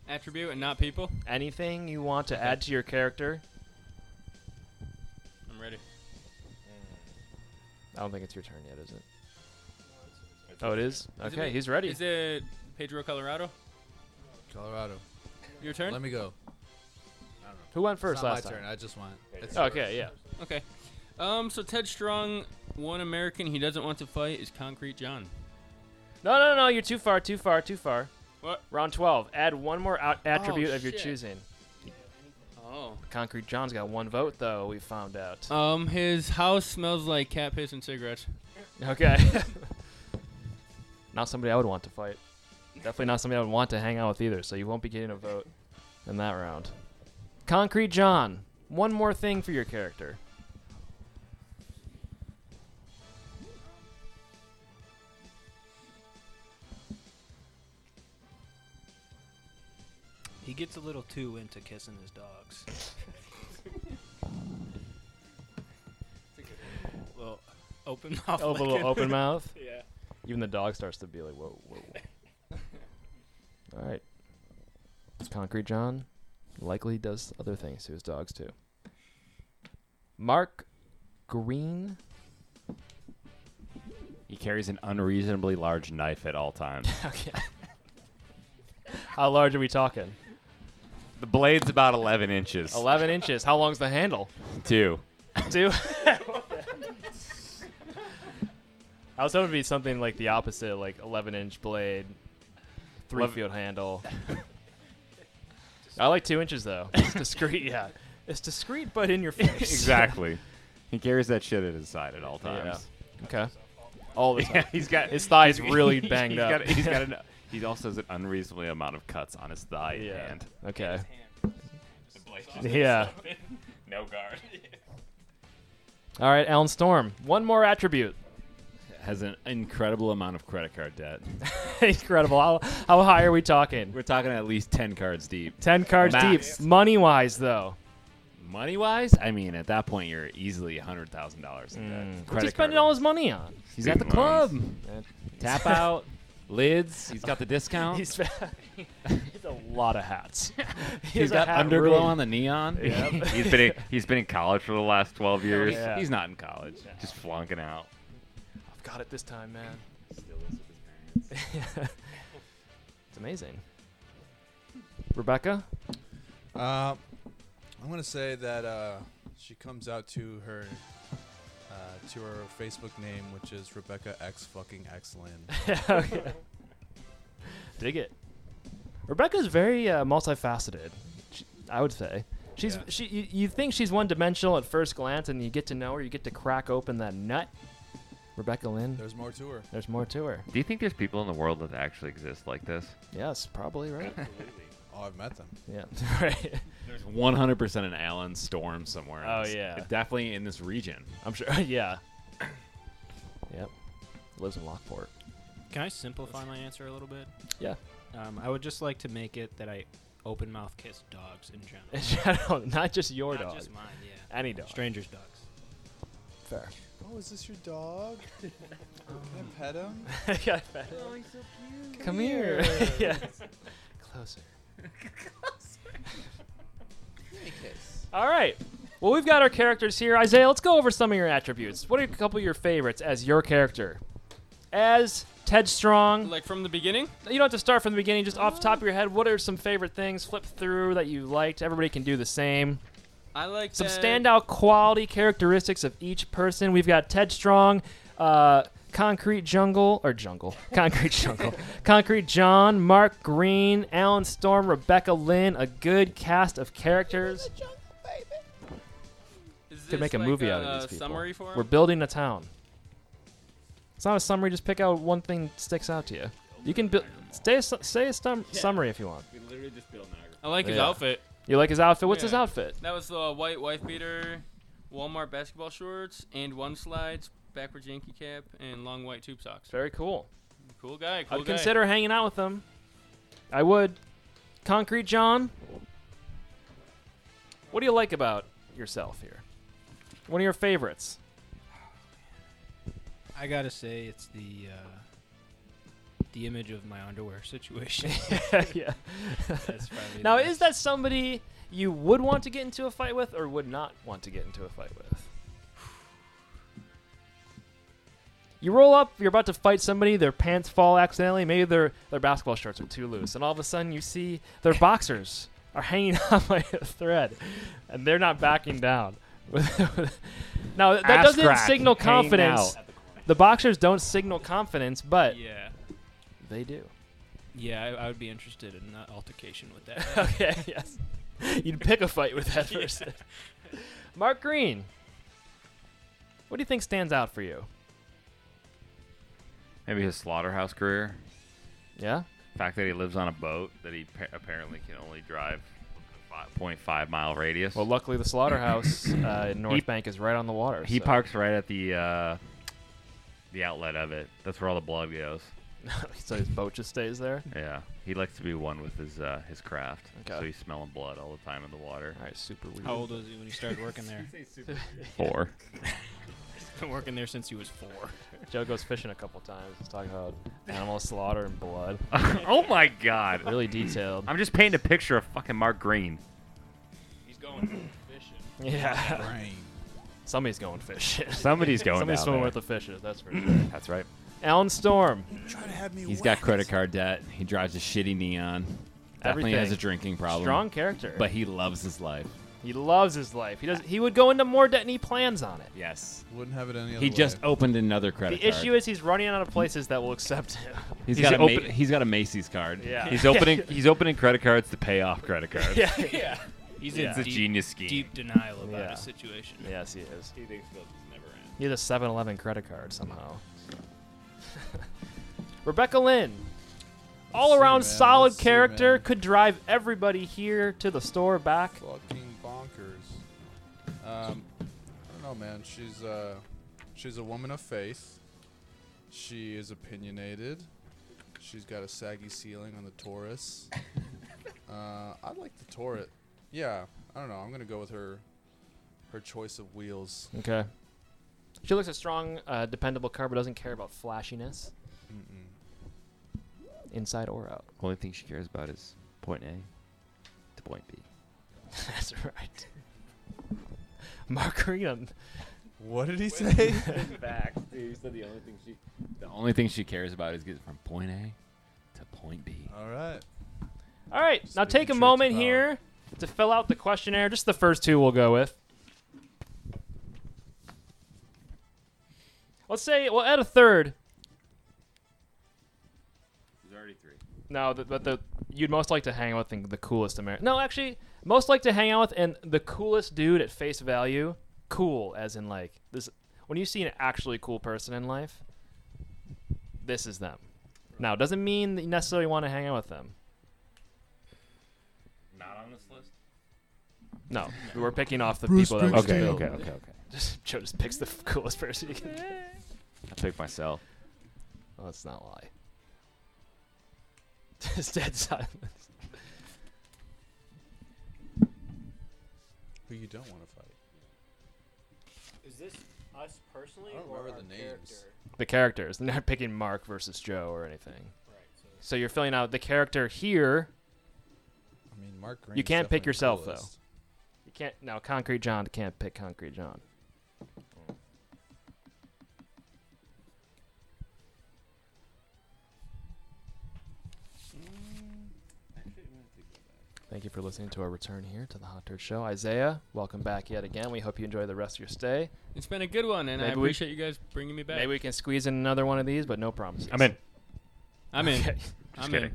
[SPEAKER 8] Attribute and not people.
[SPEAKER 7] Anything you want to add to your character.
[SPEAKER 8] I'm ready.
[SPEAKER 7] I don't think it's your turn yet, is it? Oh, it is? Okay, he's ready.
[SPEAKER 8] Is it Pedro Colorado?
[SPEAKER 16] Colorado.
[SPEAKER 8] Your turn?
[SPEAKER 16] Let me go.
[SPEAKER 7] Who went
[SPEAKER 16] It's
[SPEAKER 7] first
[SPEAKER 16] not
[SPEAKER 7] last
[SPEAKER 16] my
[SPEAKER 7] time?
[SPEAKER 16] turn. I just went. It's
[SPEAKER 7] Okay, yeah.
[SPEAKER 8] Okay. Um, so Ted Strong, one American he doesn't want to fight is Concrete John.
[SPEAKER 7] No, no, no, you're too far, too far, too far.
[SPEAKER 8] What?
[SPEAKER 7] Round 12. Add one more out- attribute
[SPEAKER 8] Oh,
[SPEAKER 7] of your
[SPEAKER 8] shit.
[SPEAKER 7] choosing.
[SPEAKER 8] Oh.
[SPEAKER 7] Concrete John's got one vote, though, we found out.
[SPEAKER 8] Um, his house smells like cat piss and cigarettes.
[SPEAKER 7] Okay. not somebody I would want to fight. Definitely not somebody I would want to hang out with either, so you won't be getting a vote in that round. Concrete John, one more thing for your character.
[SPEAKER 14] He gets a little too into kissing his dogs. well, open mouth.
[SPEAKER 7] Oh, a little
[SPEAKER 14] looking.
[SPEAKER 7] open mouth.
[SPEAKER 14] yeah.
[SPEAKER 7] Even the dog starts to be like, whoa, whoa. All right. Concrete John likely does other things to his dogs too. Mark Green.
[SPEAKER 15] He carries an unreasonably large knife at all times.
[SPEAKER 7] okay. How large are we talking?
[SPEAKER 15] The blade's about 11 inches.
[SPEAKER 7] 11 inches. How long's the handle?
[SPEAKER 15] Two.
[SPEAKER 7] Two. I was hoping to be something like the opposite, like 11 inch blade, three
[SPEAKER 15] Eleven-
[SPEAKER 7] field handle. I like two inches though. It's discreet, yeah. It's discreet, but in your face.
[SPEAKER 15] exactly. He carries that shit at his side at all times.
[SPEAKER 7] Okay. All the time.
[SPEAKER 15] Yeah, he's got
[SPEAKER 7] his thighs
[SPEAKER 15] he's-
[SPEAKER 7] really
[SPEAKER 15] he's-
[SPEAKER 7] banged
[SPEAKER 15] he's
[SPEAKER 7] up.
[SPEAKER 15] Got, he's got an, he also has an unreasonable amount of cuts on his thigh and
[SPEAKER 7] Yeah.
[SPEAKER 15] hand.
[SPEAKER 7] Okay. Yeah.
[SPEAKER 15] Yeah. no guard.
[SPEAKER 7] All right, Alan Storm. One more attribute.
[SPEAKER 15] Has an incredible amount of credit card debt.
[SPEAKER 7] Incredible. How, how high are we talking?
[SPEAKER 15] We're talking at least ten cards deep.
[SPEAKER 7] 10 cards
[SPEAKER 15] Max.
[SPEAKER 7] deep. Money wise, though.
[SPEAKER 15] Money wise, I mean, at that point, you're easily hundred thousand dollars in debt.
[SPEAKER 7] Mm. What's he
[SPEAKER 15] Credit
[SPEAKER 7] spending all his money on?
[SPEAKER 15] He's at the club. Tap out, lids. He's got the discount.
[SPEAKER 7] He's, he's a lot of hats. He
[SPEAKER 15] He's
[SPEAKER 7] has a
[SPEAKER 15] got
[SPEAKER 7] hat
[SPEAKER 15] underglow
[SPEAKER 7] room.
[SPEAKER 15] on the neon.
[SPEAKER 7] Yep.
[SPEAKER 12] he's been in, he's been in college for the last 12 years.
[SPEAKER 7] Yeah.
[SPEAKER 12] He's not in college. Just flunking out.
[SPEAKER 7] I've got it this time, man. it's amazing. Rebecca?
[SPEAKER 16] Uh, I'm gonna say that uh, she comes out to her uh, to her Facebook name, which is Rebecca X fucking X Lynn.
[SPEAKER 7] Okay. Dig it. Rebecca's very uh, multifaceted, sh- I would say. She's she. You, you think she's one dimensional at first glance, and you get to know her. You get to crack open that nut. Rebecca Lynn.
[SPEAKER 16] There's more to her.
[SPEAKER 7] There's more to her.
[SPEAKER 12] Do you think there's people in the world that actually exist like this?
[SPEAKER 7] Yes, probably right.
[SPEAKER 16] Oh, I've met them.
[SPEAKER 7] yeah, right.
[SPEAKER 15] There's one hundred percent an Allen storm somewhere.
[SPEAKER 7] Oh,
[SPEAKER 15] It's
[SPEAKER 7] yeah.
[SPEAKER 15] definitely in this region.
[SPEAKER 7] I'm sure. yeah. Yep. Lives in Lockport.
[SPEAKER 14] Can I simplify my answer a little bit?
[SPEAKER 7] Yeah.
[SPEAKER 14] Um, I would just like to make it that I open mouth kiss dogs in general.
[SPEAKER 7] In general, not just your
[SPEAKER 14] Not
[SPEAKER 7] dog.
[SPEAKER 14] just mine, yeah.
[SPEAKER 7] Any dog.
[SPEAKER 14] Strangers' dogs.
[SPEAKER 7] Fair.
[SPEAKER 16] Oh, is this your dog? Can I pet him?
[SPEAKER 7] Can I pet him?
[SPEAKER 16] Oh, he's so cute.
[SPEAKER 7] Come here. yeah. Closer. All right. Well, we've got our characters here. Isaiah, let's go over some of your attributes. What are a couple of your favorites as your character? As Ted Strong.
[SPEAKER 8] Like from the beginning?
[SPEAKER 7] You don't have to start from the beginning. Just off the top of your head, what are some favorite things? Flip through that you liked. Everybody can do the same.
[SPEAKER 8] I like
[SPEAKER 7] Some
[SPEAKER 8] that-
[SPEAKER 7] standout quality characteristics of each person. We've got Ted Strong, uh, Concrete Jungle, or Jungle, Concrete Jungle, Concrete John, Mark Green, Alan Storm, Rebecca Lynn. A good cast of characters.
[SPEAKER 8] Is
[SPEAKER 7] Could make a
[SPEAKER 8] this like
[SPEAKER 7] movie
[SPEAKER 8] a,
[SPEAKER 7] out of these people.
[SPEAKER 8] Summary for 'em?
[SPEAKER 7] We're building a town. It's not a summary. Just pick out one thing that sticks out to you. You can build. Stay, a su- say a stum- summary if you want.
[SPEAKER 15] We literally just build Niagara.
[SPEAKER 8] I like his
[SPEAKER 7] Yeah.
[SPEAKER 8] outfit.
[SPEAKER 7] You like his outfit? What's his
[SPEAKER 8] Yeah.
[SPEAKER 7] outfit?
[SPEAKER 8] That was the white wife beater, Walmart basketball shorts, and one slides, backwards Yankee cap, and long white tube socks.
[SPEAKER 7] Very cool.
[SPEAKER 8] Cool guy. Cool
[SPEAKER 7] I'd
[SPEAKER 8] guy.
[SPEAKER 7] consider hanging out with him. I would. Concrete John, what do you like about yourself here? One of your favorites.
[SPEAKER 14] I gotta say, it's the uh, the image of my underwear situation.
[SPEAKER 7] yeah.
[SPEAKER 14] That's probably
[SPEAKER 7] now,
[SPEAKER 14] the
[SPEAKER 7] is that somebody you would want to get into a fight with or would not want to get into a fight with? You roll up, you're about to fight somebody, their pants fall accidentally, maybe their, their basketball shorts are too loose, and all of a sudden you see their boxers are hanging on by a thread, and they're not backing down. now, that
[SPEAKER 15] Ass
[SPEAKER 7] doesn't
[SPEAKER 15] crack,
[SPEAKER 7] signal
[SPEAKER 15] hanging
[SPEAKER 7] confidence.
[SPEAKER 15] out.
[SPEAKER 7] The boxers don't signal confidence, but
[SPEAKER 14] Yeah.
[SPEAKER 7] they do.
[SPEAKER 14] Yeah, I, I would be interested in an altercation with that.
[SPEAKER 7] okay, yes. You'd pick a fight with that person. Mark Green, what do you think stands out for you?
[SPEAKER 12] Maybe his slaughterhouse career.
[SPEAKER 7] Yeah.
[SPEAKER 12] Fact that he lives on a boat that he pa- apparently can only drive a fi- 0.5 mile radius.
[SPEAKER 7] Well, luckily the slaughterhouse uh, in North
[SPEAKER 12] He-
[SPEAKER 7] Bank is right on the water.
[SPEAKER 12] He
[SPEAKER 7] so-
[SPEAKER 12] parks right at the uh, the outlet of it. That's where all the blood goes.
[SPEAKER 7] so his boat just stays there.
[SPEAKER 12] Yeah, he likes to be one with his uh, his craft.
[SPEAKER 7] Okay.
[SPEAKER 12] So he's smelling blood all the time in the water.
[SPEAKER 7] All right, super weird.
[SPEAKER 14] How old was he when he started working there?
[SPEAKER 12] Four.
[SPEAKER 2] Been working there since he was four.
[SPEAKER 7] Joe goes fishing a couple times. Let's talk about animal slaughter and blood.
[SPEAKER 15] oh my god.
[SPEAKER 7] Really detailed.
[SPEAKER 15] I'm just painting a picture of fucking Mark Green.
[SPEAKER 2] He's going fishing.
[SPEAKER 7] Yeah. Somebody's going fishing.
[SPEAKER 15] Somebody's going
[SPEAKER 7] Somebody's
[SPEAKER 15] down
[SPEAKER 7] swimming
[SPEAKER 15] there.
[SPEAKER 7] with the fishes. That's for sure.
[SPEAKER 15] That's right.
[SPEAKER 7] Alan Storm.
[SPEAKER 17] He's got credit card debt. He drives a shitty neon. Definitely has
[SPEAKER 7] Everything.
[SPEAKER 17] a drinking problem.
[SPEAKER 7] Strong character.
[SPEAKER 17] But he loves his life.
[SPEAKER 7] He loves his life. He does. He would go into more debt than he plans on it.
[SPEAKER 17] Yes.
[SPEAKER 11] Wouldn't have it any other
[SPEAKER 17] He just
[SPEAKER 11] way.
[SPEAKER 17] opened another credit
[SPEAKER 7] the
[SPEAKER 17] card.
[SPEAKER 7] issue is he's running out of places that will accept him.
[SPEAKER 17] He's
[SPEAKER 15] He's
[SPEAKER 17] got a Ma-
[SPEAKER 15] open-
[SPEAKER 17] he's got a Macy's card.
[SPEAKER 7] Yeah.
[SPEAKER 15] He's opening he's opening credit cards to pay off credit cards.
[SPEAKER 7] Yeah.
[SPEAKER 2] yeah. He's
[SPEAKER 15] It's
[SPEAKER 2] in
[SPEAKER 15] a
[SPEAKER 2] deep,
[SPEAKER 15] genius scheme.
[SPEAKER 2] deep denial about
[SPEAKER 7] Yeah.
[SPEAKER 2] his situation.
[SPEAKER 7] Yes, he is.
[SPEAKER 2] He thinks they'll just never end.
[SPEAKER 7] He has a 7-Eleven credit card somehow. Rebecca Lynn, all around
[SPEAKER 11] man.
[SPEAKER 7] solid
[SPEAKER 11] Let's see,
[SPEAKER 7] character, could drive everybody here to the store back.
[SPEAKER 11] Fucking bonkers. Um, I don't know, man. She's uh, she's a woman of faith. She is opinionated. She's got a saggy ceiling on the Taurus. Uh, I'd like the Torret. Yeah, I don't know. I'm gonna go with her, her choice of wheels.
[SPEAKER 7] Okay. She looks a strong, uh, dependable car, but doesn't care about flashiness, inside or out.
[SPEAKER 15] Only thing she cares about is point A to point B.
[SPEAKER 7] That's right. Margarita.
[SPEAKER 11] What did he say?
[SPEAKER 17] Back. He said the only thing she the only thing she cares about is getting from point A to point B.
[SPEAKER 11] All right.
[SPEAKER 7] All right, now take a moment here to fill out the questionnaire. Just the first two we'll go with. Let's say we'll add a third.
[SPEAKER 15] He's already three.
[SPEAKER 7] No, the, but the you'd most like to hang out with the, the coolest American. No, actually, most like to hang out with and the coolest dude at face value. Cool, as in like this. When you see an actually cool person in life, this is them. Now, it doesn't mean that you necessarily want to hang out with them.
[SPEAKER 15] Not on this list.
[SPEAKER 7] No, we're picking off the
[SPEAKER 15] Bruce
[SPEAKER 7] people that we
[SPEAKER 15] Springsteen.
[SPEAKER 7] filled.
[SPEAKER 15] Okay, okay, okay, okay.
[SPEAKER 7] Just Joe just picks the f- coolest person he can.
[SPEAKER 15] I picked myself.
[SPEAKER 7] Let's not lie. Just dead silence.
[SPEAKER 11] Who you don't want to fight.
[SPEAKER 2] Is this us personally?
[SPEAKER 11] I don't
[SPEAKER 2] or
[SPEAKER 11] remember
[SPEAKER 2] our
[SPEAKER 11] the names.
[SPEAKER 2] character?
[SPEAKER 7] The characters. They're not picking Mark versus Joe or anything. So you're filling out the character here.
[SPEAKER 11] I mean, Mark Green.
[SPEAKER 7] You can't pick yourself though. You can't. No, Concrete John can't pick Concrete John. Thank you for listening to our return here to the Hot Dirt Show. Isaiah, welcome back yet again. We hope you enjoy the rest of your stay.
[SPEAKER 8] It's been a good one, and I
[SPEAKER 7] Maybe we-
[SPEAKER 8] appreciate you guys bringing me back.
[SPEAKER 7] Maybe we can squeeze in another one of these, but no promises.
[SPEAKER 15] I'm in.
[SPEAKER 8] I'm in.
[SPEAKER 7] Okay.
[SPEAKER 8] I'm in.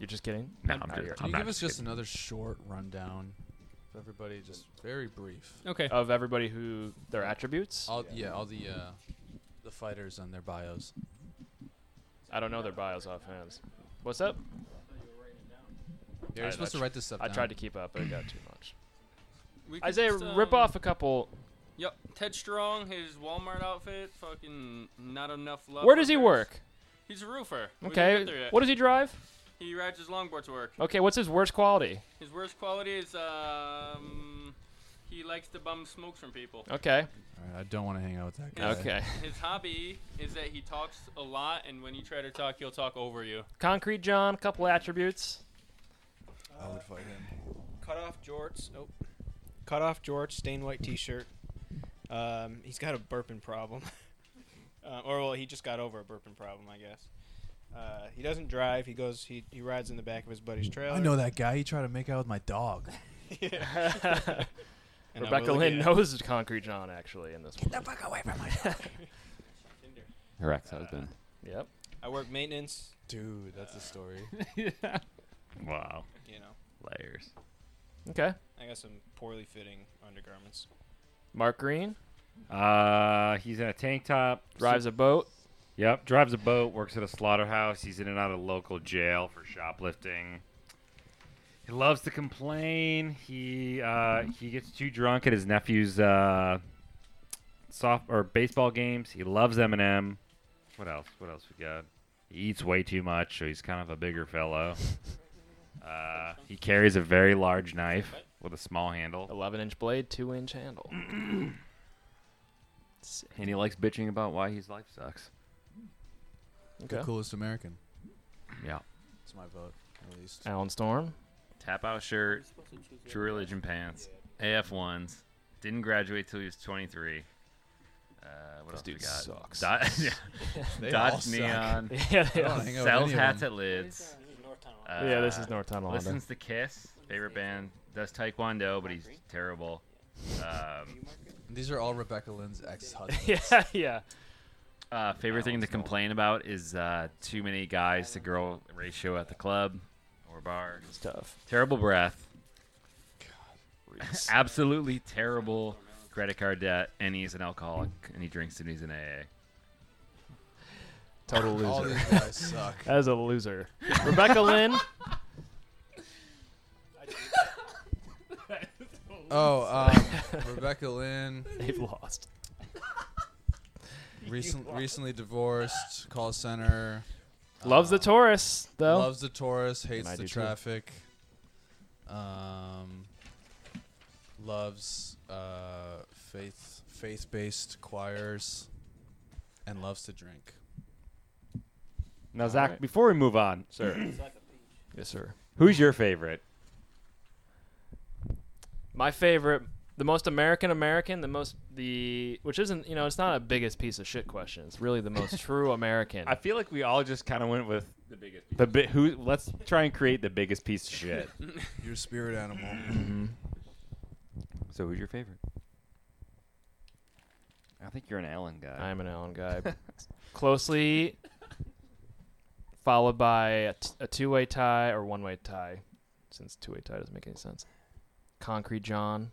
[SPEAKER 7] You're just kidding?
[SPEAKER 15] No, I'm
[SPEAKER 7] Outta
[SPEAKER 15] just-
[SPEAKER 7] here.
[SPEAKER 15] I'm
[SPEAKER 11] Can you
[SPEAKER 15] not
[SPEAKER 11] give us
[SPEAKER 15] kidding.
[SPEAKER 11] just another short rundown of everybody, just very brief?
[SPEAKER 8] Okay.
[SPEAKER 7] Of everybody who their attributes?
[SPEAKER 11] All yeah, all the uh, the fighters and their bios.
[SPEAKER 7] I don't know their bios offhand. What's up?
[SPEAKER 11] Yeah, you're
[SPEAKER 7] I-
[SPEAKER 11] supposed
[SPEAKER 7] I
[SPEAKER 11] to write this stuff
[SPEAKER 7] I
[SPEAKER 11] down.
[SPEAKER 15] um,
[SPEAKER 7] tried to keep up, but it got too much.
[SPEAKER 8] We could
[SPEAKER 7] Isaiah,
[SPEAKER 8] just,
[SPEAKER 7] rip
[SPEAKER 8] um,
[SPEAKER 7] off a couple.
[SPEAKER 8] Yep, Ted Strong, his Walmart outfit, fucking not enough love.
[SPEAKER 7] Where
[SPEAKER 8] for
[SPEAKER 7] does he
[SPEAKER 8] girls.
[SPEAKER 7] work?
[SPEAKER 8] He's a roofer. We didn't get there
[SPEAKER 7] Okay.
[SPEAKER 8] yet.
[SPEAKER 7] What does he drive?
[SPEAKER 8] He rides his longboard to work.
[SPEAKER 7] Okay. What's his worst quality?
[SPEAKER 8] His worst quality is um, he likes to bum smokes from people.
[SPEAKER 7] Okay.
[SPEAKER 11] All right, I don't want to hang out with that guy.
[SPEAKER 8] His- His hobby is that he talks a lot, and when you try to talk, he'll talk over you.
[SPEAKER 7] Concrete John, a couple attributes.
[SPEAKER 11] I would fight him.
[SPEAKER 2] Cut off jorts. Oh, cut off jorts. Stained white T-shirt. Um, he's got a burping problem, uh, or well, he just got over a burping problem, I guess. Uh, he doesn't drive. He goes. He, he rides in the back of his buddy's trailer.
[SPEAKER 11] I know that guy. He tried to make out with my dog.
[SPEAKER 2] Yeah. And I
[SPEAKER 7] Rebecca
[SPEAKER 2] will
[SPEAKER 7] Lynn
[SPEAKER 2] again.
[SPEAKER 7] knows Concrete John actually in this. Get
[SPEAKER 2] the fuck away from my
[SPEAKER 17] Her ex husband.
[SPEAKER 7] Yep.
[SPEAKER 2] I work maintenance.
[SPEAKER 11] Dude, that's a story.
[SPEAKER 2] yeah.
[SPEAKER 15] Wow.
[SPEAKER 2] You know,
[SPEAKER 15] Layers.
[SPEAKER 7] Okay.
[SPEAKER 2] I got some poorly fitting undergarments.
[SPEAKER 7] Mark Green
[SPEAKER 15] Uh, he's in a tank top.
[SPEAKER 7] drives a boat.
[SPEAKER 15] Yep, drives a boat, works at a slaughterhouse. He's in and out of local jail for shoplifting. He loves to complain. He uh, he gets too drunk at his nephew's uh, soft or baseball games. He loves Eminem. What else? What else we got? He eats way too much, so he's kind of a bigger fellow. Uh, he carries a very large knife with a small handle.
[SPEAKER 7] Eleven inch blade, two inch handle.
[SPEAKER 18] And he likes bitching about why his life sucks.
[SPEAKER 11] The coolest American.
[SPEAKER 18] Yeah.
[SPEAKER 11] It's my vote, at least.
[SPEAKER 7] Alan Storm.
[SPEAKER 15] Tap out shirt, True Religion pants, AF ones. Didn't graduate till he was 23. Uh, what else
[SPEAKER 19] dude
[SPEAKER 15] we got?
[SPEAKER 19] sucks.
[SPEAKER 15] Dod- yeah.
[SPEAKER 19] They
[SPEAKER 15] Dodge
[SPEAKER 19] all suck.
[SPEAKER 15] Neon.
[SPEAKER 7] Oh,
[SPEAKER 19] Yeah, they all- I don't hang out with
[SPEAKER 15] sells
[SPEAKER 19] any of
[SPEAKER 15] hats
[SPEAKER 19] them.
[SPEAKER 15] at lids. Uh,
[SPEAKER 7] Honda. Yeah, this is North Town Honda.
[SPEAKER 15] Listens to Kiss, favorite band. Does Taekwondo, but he's terrible. Um,
[SPEAKER 11] These are all Rebecca Lynn's ex husbands.
[SPEAKER 7] yeah, yeah.
[SPEAKER 15] Uh, favorite thing to complain about is uh, too many guys to girl ratio at the club or bar. It's
[SPEAKER 7] tough.
[SPEAKER 15] Terrible breath. Absolutely terrible credit card debt, and he's an alcoholic, and he drinks and he's an AA.
[SPEAKER 7] Total loser.
[SPEAKER 15] All these guys suck.
[SPEAKER 7] That is a loser. Rebecca Lynn.
[SPEAKER 11] Oh, um, Rebecca Lynn.
[SPEAKER 7] They've lost.
[SPEAKER 11] Recent, recently divorced, call center.
[SPEAKER 7] Loves the Taurus, though.
[SPEAKER 11] Loves the Taurus, hates
[SPEAKER 7] And I
[SPEAKER 11] the
[SPEAKER 7] do too.
[SPEAKER 11] traffic. Um, loves uh, faith faith based choirs, and loves to drink.
[SPEAKER 18] Now, Zach, before we move on, sir,
[SPEAKER 7] Yes, sir.
[SPEAKER 18] who's your favorite?
[SPEAKER 7] My favorite, the most American American, the most the which isn't you know it's not a biggest piece of shit question. It's really the most true American.
[SPEAKER 18] I feel like we all just kind of went with the
[SPEAKER 15] biggest.
[SPEAKER 18] The bi- who? Let's try and create the biggest piece of shit.
[SPEAKER 11] Your spirit animal.
[SPEAKER 18] so, who's your favorite? I think you're an Allen guy.
[SPEAKER 7] I'm an Allen guy. Closely followed by a, t- a two-way tie or one-way tie, since two-way tie doesn't make any sense. Concrete John,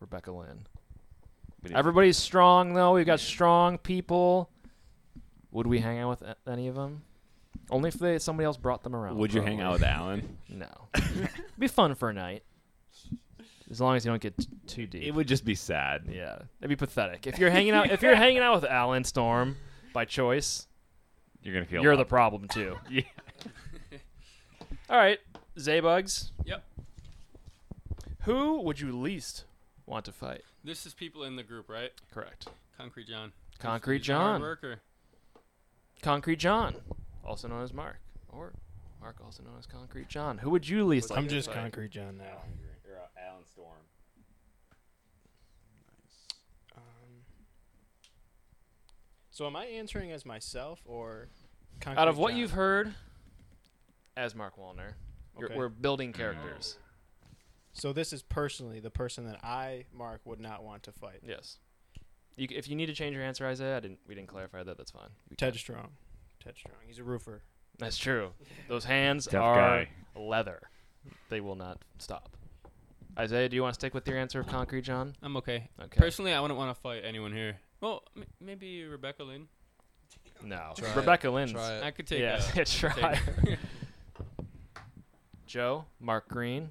[SPEAKER 7] Rebecca Lynn.
[SPEAKER 18] But if-
[SPEAKER 7] Everybody's strong though. We've got strong people. Would we hang out with a- any of them? Only if they, somebody else brought them around.
[SPEAKER 15] Would you hang out
[SPEAKER 7] probably.
[SPEAKER 15] with Alan?
[SPEAKER 7] no. It'd be fun for a night. As long as you don't get t- too deep. It
[SPEAKER 15] would just be sad.
[SPEAKER 7] Yeah. It'd be pathetic. If you're hanging out if you're hanging out with Alan Storm by choice,
[SPEAKER 18] You're gonna feel
[SPEAKER 7] you're the
[SPEAKER 18] loved.
[SPEAKER 7] problem too. yeah. All right, Zaybugs.
[SPEAKER 8] Yep.
[SPEAKER 7] Who would you least want to fight?
[SPEAKER 8] This is people in the group, right?
[SPEAKER 7] Correct.
[SPEAKER 8] Concrete John. He's-
[SPEAKER 7] Concrete
[SPEAKER 8] he's a hard
[SPEAKER 7] John.
[SPEAKER 8] Worker.
[SPEAKER 7] Concrete John, also known as Mark, or Mark, also known as Concrete John. Who would you least?
[SPEAKER 2] I'm
[SPEAKER 7] like to
[SPEAKER 2] just
[SPEAKER 7] fight?
[SPEAKER 2] Concrete John now.
[SPEAKER 19] Or uh, Alan Storm.
[SPEAKER 2] Um, So am I answering as myself or Concrete
[SPEAKER 7] Out of what
[SPEAKER 2] John?
[SPEAKER 7] you've heard, as Mark Wallner, you're-
[SPEAKER 2] Okay.
[SPEAKER 7] we're building characters.
[SPEAKER 2] So this is personally the person that I, Mark, would not want to fight.
[SPEAKER 7] Yes. You, c- if you need to change your answer, Isaiah, I didn't. We didn't clarify that. That's fine. You
[SPEAKER 2] Ted
[SPEAKER 7] can.
[SPEAKER 2] Strong. Ted Strong. He's a roofer.
[SPEAKER 7] That's true. Those hands
[SPEAKER 18] Tough
[SPEAKER 7] are
[SPEAKER 18] guy.
[SPEAKER 7] leather. They will not stop. Isaiah, do you want to stick with your answer of Concrete John?
[SPEAKER 8] I'm okay.
[SPEAKER 7] Okay.
[SPEAKER 8] Personally, I wouldn't want to fight anyone here. Well, m- maybe Rebecca Lynn.
[SPEAKER 7] No.
[SPEAKER 8] Try it.
[SPEAKER 7] Rebecca Lynn's.
[SPEAKER 8] Try
[SPEAKER 9] Uh,
[SPEAKER 8] it. I could take
[SPEAKER 7] yeah,
[SPEAKER 8] that.
[SPEAKER 7] Yeah, try.
[SPEAKER 8] Take
[SPEAKER 7] it. Joe, Mark Green.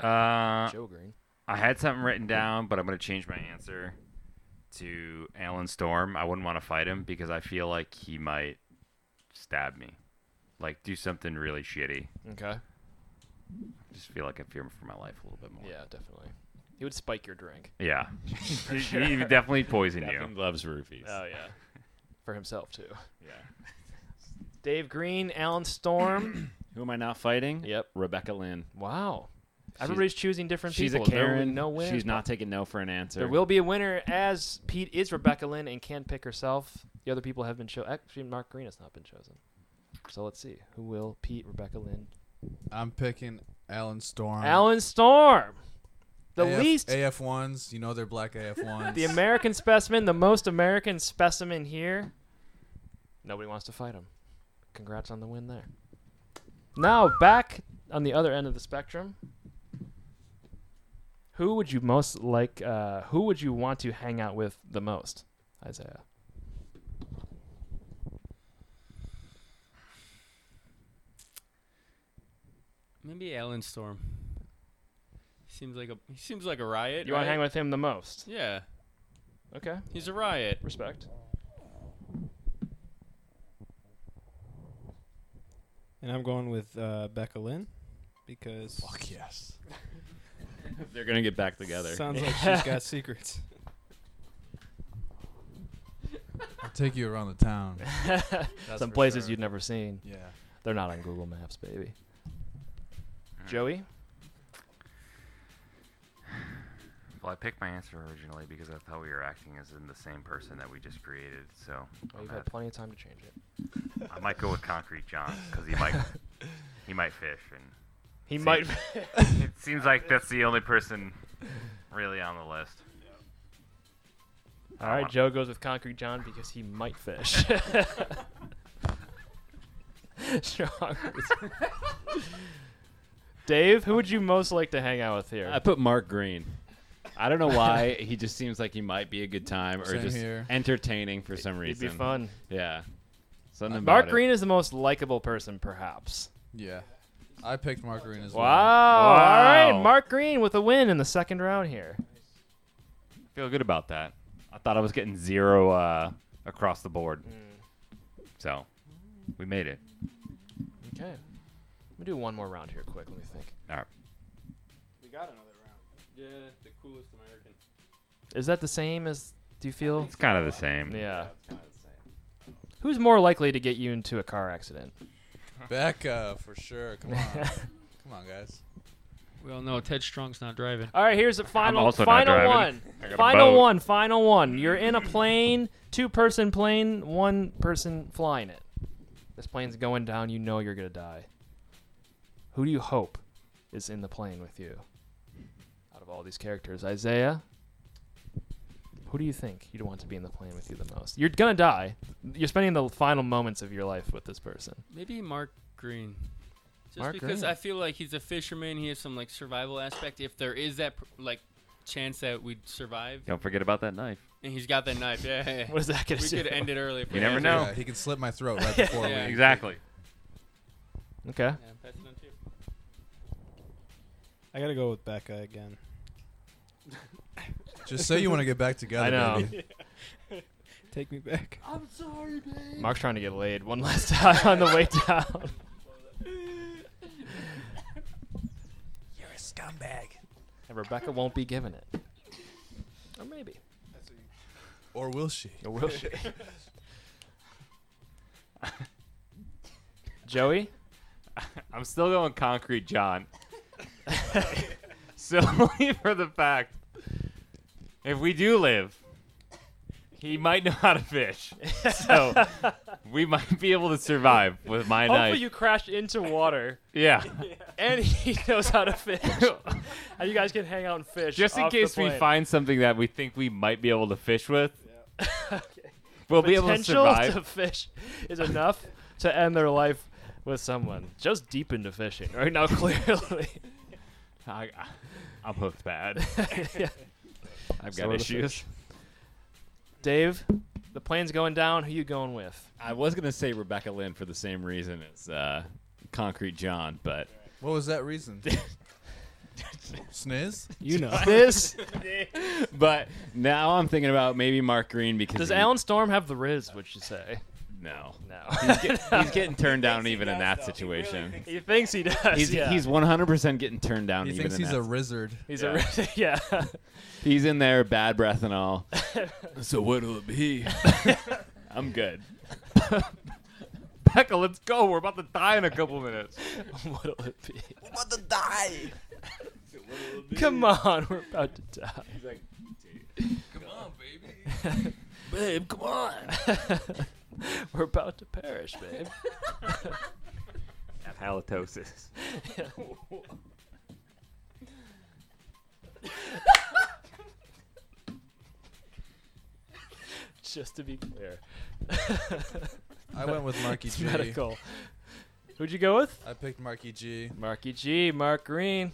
[SPEAKER 18] Uh,
[SPEAKER 7] Joe Green.
[SPEAKER 18] I had something
[SPEAKER 15] Mm-hmm.
[SPEAKER 18] written down, but I'm going to change my answer to Alan Storm. I wouldn't want to fight him because I feel like he might stab me, like do something really shitty.
[SPEAKER 7] Okay.
[SPEAKER 18] Just feel like I fear him for my life a little bit more.
[SPEAKER 7] Yeah, definitely. He would spike your drink.
[SPEAKER 18] Yeah,
[SPEAKER 7] For
[SPEAKER 18] he,
[SPEAKER 7] sure.
[SPEAKER 18] he would definitely poison
[SPEAKER 19] Definitely
[SPEAKER 18] you.
[SPEAKER 19] loves roofies.
[SPEAKER 7] Oh yeah. For himself too.
[SPEAKER 19] Yeah.
[SPEAKER 7] Dave Green, Alan Storm.
[SPEAKER 15] Who am I not fighting?
[SPEAKER 7] Yep.
[SPEAKER 15] Rebecca Lynn.
[SPEAKER 7] wow.
[SPEAKER 15] She's-
[SPEAKER 7] Everybody's choosing different
[SPEAKER 15] She's
[SPEAKER 7] people.
[SPEAKER 15] a
[SPEAKER 7] No-
[SPEAKER 15] Karen.
[SPEAKER 7] No, winner.
[SPEAKER 15] She's not taking no for an answer.
[SPEAKER 7] There will be a winner as Pete is Rebecca Lynn and can pick herself. The other people have been chosen. Actually, Mark Green has not been chosen. So let's see. Who will Pete, Rebecca Lynn?
[SPEAKER 11] I'm picking Alan Storm.
[SPEAKER 7] Alan Storm. The
[SPEAKER 11] AF
[SPEAKER 7] least.
[SPEAKER 11] AF ones. You know they're black AF ones.
[SPEAKER 7] the American specimen, the most American specimen here. Nobody wants to fight him. Congrats on the win there. Now back on the other end of the spectrum. Who would you most like? Uh, who would you want to hang out with the most, Isaiah?
[SPEAKER 8] Maybe Alan Storm. Seems like a he seems like a riot.
[SPEAKER 7] You want to
[SPEAKER 8] right?
[SPEAKER 7] hang with him the most?
[SPEAKER 8] Yeah.
[SPEAKER 7] Okay.
[SPEAKER 8] He's a riot.
[SPEAKER 7] Respect.
[SPEAKER 2] And I'm going with uh, Becca Lynn because
[SPEAKER 11] Fuck yes.
[SPEAKER 15] They're gonna get back together.
[SPEAKER 2] sounds like she's got secrets.
[SPEAKER 11] Take you around the town. That's
[SPEAKER 7] Some
[SPEAKER 11] for
[SPEAKER 7] places
[SPEAKER 11] sure.
[SPEAKER 7] you'd never seen.
[SPEAKER 11] Yeah.
[SPEAKER 7] They're not on Google Maps, baby. Joey?
[SPEAKER 12] Well, I picked my answer originally because I thought we were acting as in the same person that we just created. So
[SPEAKER 7] Well,
[SPEAKER 12] I'm
[SPEAKER 7] Oh, you've had
[SPEAKER 12] gonna-
[SPEAKER 7] plenty of time to change it.
[SPEAKER 12] I might go with Concrete John because he might he might fish and
[SPEAKER 7] He
[SPEAKER 12] seems-
[SPEAKER 7] might-
[SPEAKER 12] it seems like that's the only person really on the list.
[SPEAKER 7] All right, Joe goes with Concrete John because he might fish. Strong reason. Dave, who would you most like to hang out with here?
[SPEAKER 9] I put Mark Green. I don't know why. he just seems like he might be a good time or
[SPEAKER 7] Same
[SPEAKER 9] just
[SPEAKER 7] here.
[SPEAKER 9] entertaining for some
[SPEAKER 7] He'd
[SPEAKER 9] reason.
[SPEAKER 7] be fun.
[SPEAKER 9] Yeah. Something about
[SPEAKER 7] Uh, Mark
[SPEAKER 9] it.
[SPEAKER 7] Green is the most likable person, perhaps.
[SPEAKER 11] Yeah. I picked Margarine as
[SPEAKER 7] Wow.
[SPEAKER 11] well.
[SPEAKER 7] All right, Mark Green with a win in the second round here.
[SPEAKER 15] Feel good about that. I thought I was getting zero uh, across the board.
[SPEAKER 7] Hmm.
[SPEAKER 12] So we made it.
[SPEAKER 7] Okay. Let me do one more round here quick. Let me think.
[SPEAKER 12] All right.
[SPEAKER 14] We got another round. Yeah, the coolest American.
[SPEAKER 7] Is that the same as do you feel? It's
[SPEAKER 12] kind of the same.
[SPEAKER 7] Yeah. Who's more likely to get you into a car accident?
[SPEAKER 11] Becca, for sure. Come on. Come on, guys.
[SPEAKER 8] We all know Ted Strong's not driving.
[SPEAKER 7] All right, here's the final
[SPEAKER 8] also not
[SPEAKER 7] final
[SPEAKER 8] driving.
[SPEAKER 7] one.
[SPEAKER 8] I got a
[SPEAKER 7] Final
[SPEAKER 8] boat.
[SPEAKER 7] one, final one. You're in a plane, two person plane, one person flying it. This plane's going down, you know you're going to die. Who do you hope is in the plane with you? Out of all these characters, Isaiah, who do you think you'd want to be in the plane with you the most? You're going to die. You're spending the final moments of your life with this person.
[SPEAKER 8] Maybe Mark Green. Just
[SPEAKER 7] Mark
[SPEAKER 8] because
[SPEAKER 7] Green.
[SPEAKER 8] I feel like he's a fisherman. He has some like survival aspect. If there is that pr- like chance that we'd survive,
[SPEAKER 15] Don't forget about that knife.
[SPEAKER 8] and he's got that knife. Yeah. yeah, yeah.
[SPEAKER 7] What is that gonna
[SPEAKER 8] We
[SPEAKER 7] do?
[SPEAKER 8] could end it early. if we
[SPEAKER 15] You never
[SPEAKER 8] had to.
[SPEAKER 15] know.
[SPEAKER 11] Yeah, he can slit my throat right before
[SPEAKER 8] Yeah.
[SPEAKER 11] we.
[SPEAKER 15] Exactly.
[SPEAKER 7] Okay.
[SPEAKER 8] Yeah, I'm passing on to you.
[SPEAKER 14] I gotta go with Becca again.
[SPEAKER 11] Just say you want to get back together.
[SPEAKER 7] I know.
[SPEAKER 11] baby.
[SPEAKER 14] Take me back.
[SPEAKER 6] I'm sorry, babe.
[SPEAKER 7] Mark's trying to get laid one last time on the way down.
[SPEAKER 14] You're a scumbag.
[SPEAKER 7] And Rebecca won't be giving it. Or maybe.
[SPEAKER 11] Or will she?
[SPEAKER 7] Or will she? Joey?
[SPEAKER 15] I'm still going concrete, John. so for the fact, if we do live, he might know how to fish. So we might be able to survive with my
[SPEAKER 7] Hopefully
[SPEAKER 15] knife.
[SPEAKER 7] you crash into water.
[SPEAKER 15] Yeah.
[SPEAKER 7] and he knows how to fish. and you guys can hang out and fish.
[SPEAKER 15] Just in
[SPEAKER 7] off the
[SPEAKER 15] case we
[SPEAKER 7] plane.
[SPEAKER 15] find something that we think we might be able to fish with, we'll be able to
[SPEAKER 7] Potential
[SPEAKER 15] survive.
[SPEAKER 7] to fish is enough to end their life with someone. Just deep into fishing right now, clearly.
[SPEAKER 15] I, I'm hooked bad. I've got
[SPEAKER 7] So are the
[SPEAKER 15] issues.
[SPEAKER 7] fish. Dave, the plane's going down. Who you going with?
[SPEAKER 9] I was gonna say Rebecca Lynn for the same reason as uh, Concrete John, but
[SPEAKER 11] What was that reason? Sniz?
[SPEAKER 14] You know.
[SPEAKER 7] This.
[SPEAKER 9] but now I'm thinking about maybe Mark Green because
[SPEAKER 7] Does
[SPEAKER 9] he-
[SPEAKER 7] Alan Storm have the Riz? Would you say?
[SPEAKER 9] No,
[SPEAKER 7] No.
[SPEAKER 9] He's, get- he's getting turned down even in that situation.
[SPEAKER 7] He thinks he does.
[SPEAKER 9] he's
[SPEAKER 7] yeah.
[SPEAKER 9] he's 100% getting turned down.
[SPEAKER 11] He
[SPEAKER 9] even
[SPEAKER 11] thinks
[SPEAKER 9] in
[SPEAKER 11] he's
[SPEAKER 9] that
[SPEAKER 11] a wizard.
[SPEAKER 7] He's
[SPEAKER 9] Yeah.
[SPEAKER 7] a Riz. Yeah.
[SPEAKER 9] He's in there, bad breath and all. so what'll it be? I'm good.
[SPEAKER 15] Becca, let's go. We're about to die in a couple minutes.
[SPEAKER 7] What'll it be?
[SPEAKER 6] I'm about to die.
[SPEAKER 7] Come on, we're about to die.
[SPEAKER 6] He's like, come on, baby.
[SPEAKER 7] babe, come on. we're about to perish, babe.
[SPEAKER 15] Have halitosis.
[SPEAKER 7] Just to be clear.
[SPEAKER 11] I went with Marky
[SPEAKER 7] It's
[SPEAKER 11] G.
[SPEAKER 7] Medical. Who'd you go with?
[SPEAKER 11] I picked Marky G.
[SPEAKER 7] Marky G, Mark Green.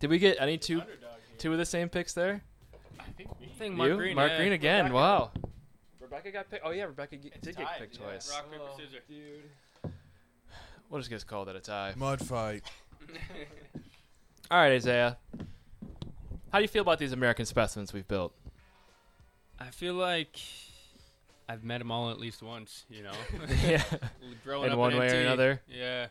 [SPEAKER 7] Did we get any two two of the same picks there?
[SPEAKER 8] I think Mark
[SPEAKER 7] you?
[SPEAKER 8] Green.
[SPEAKER 7] Mark
[SPEAKER 8] yeah.
[SPEAKER 7] Green again. Wow.
[SPEAKER 8] Rebecca
[SPEAKER 7] got picked. Oh yeah, Rebecca g- did get picked twice.
[SPEAKER 8] Rock paper scissors.
[SPEAKER 7] We'll just get called at a tie.
[SPEAKER 11] Mud fight.
[SPEAKER 7] All right, Isaiah. How do you feel about these American specimens we've built?
[SPEAKER 8] I feel like I've met them all at least once. You know.
[SPEAKER 7] Yeah.
[SPEAKER 8] Growing
[SPEAKER 7] In
[SPEAKER 8] up
[SPEAKER 7] one way or
[SPEAKER 8] NT.
[SPEAKER 7] another.
[SPEAKER 8] Yeah.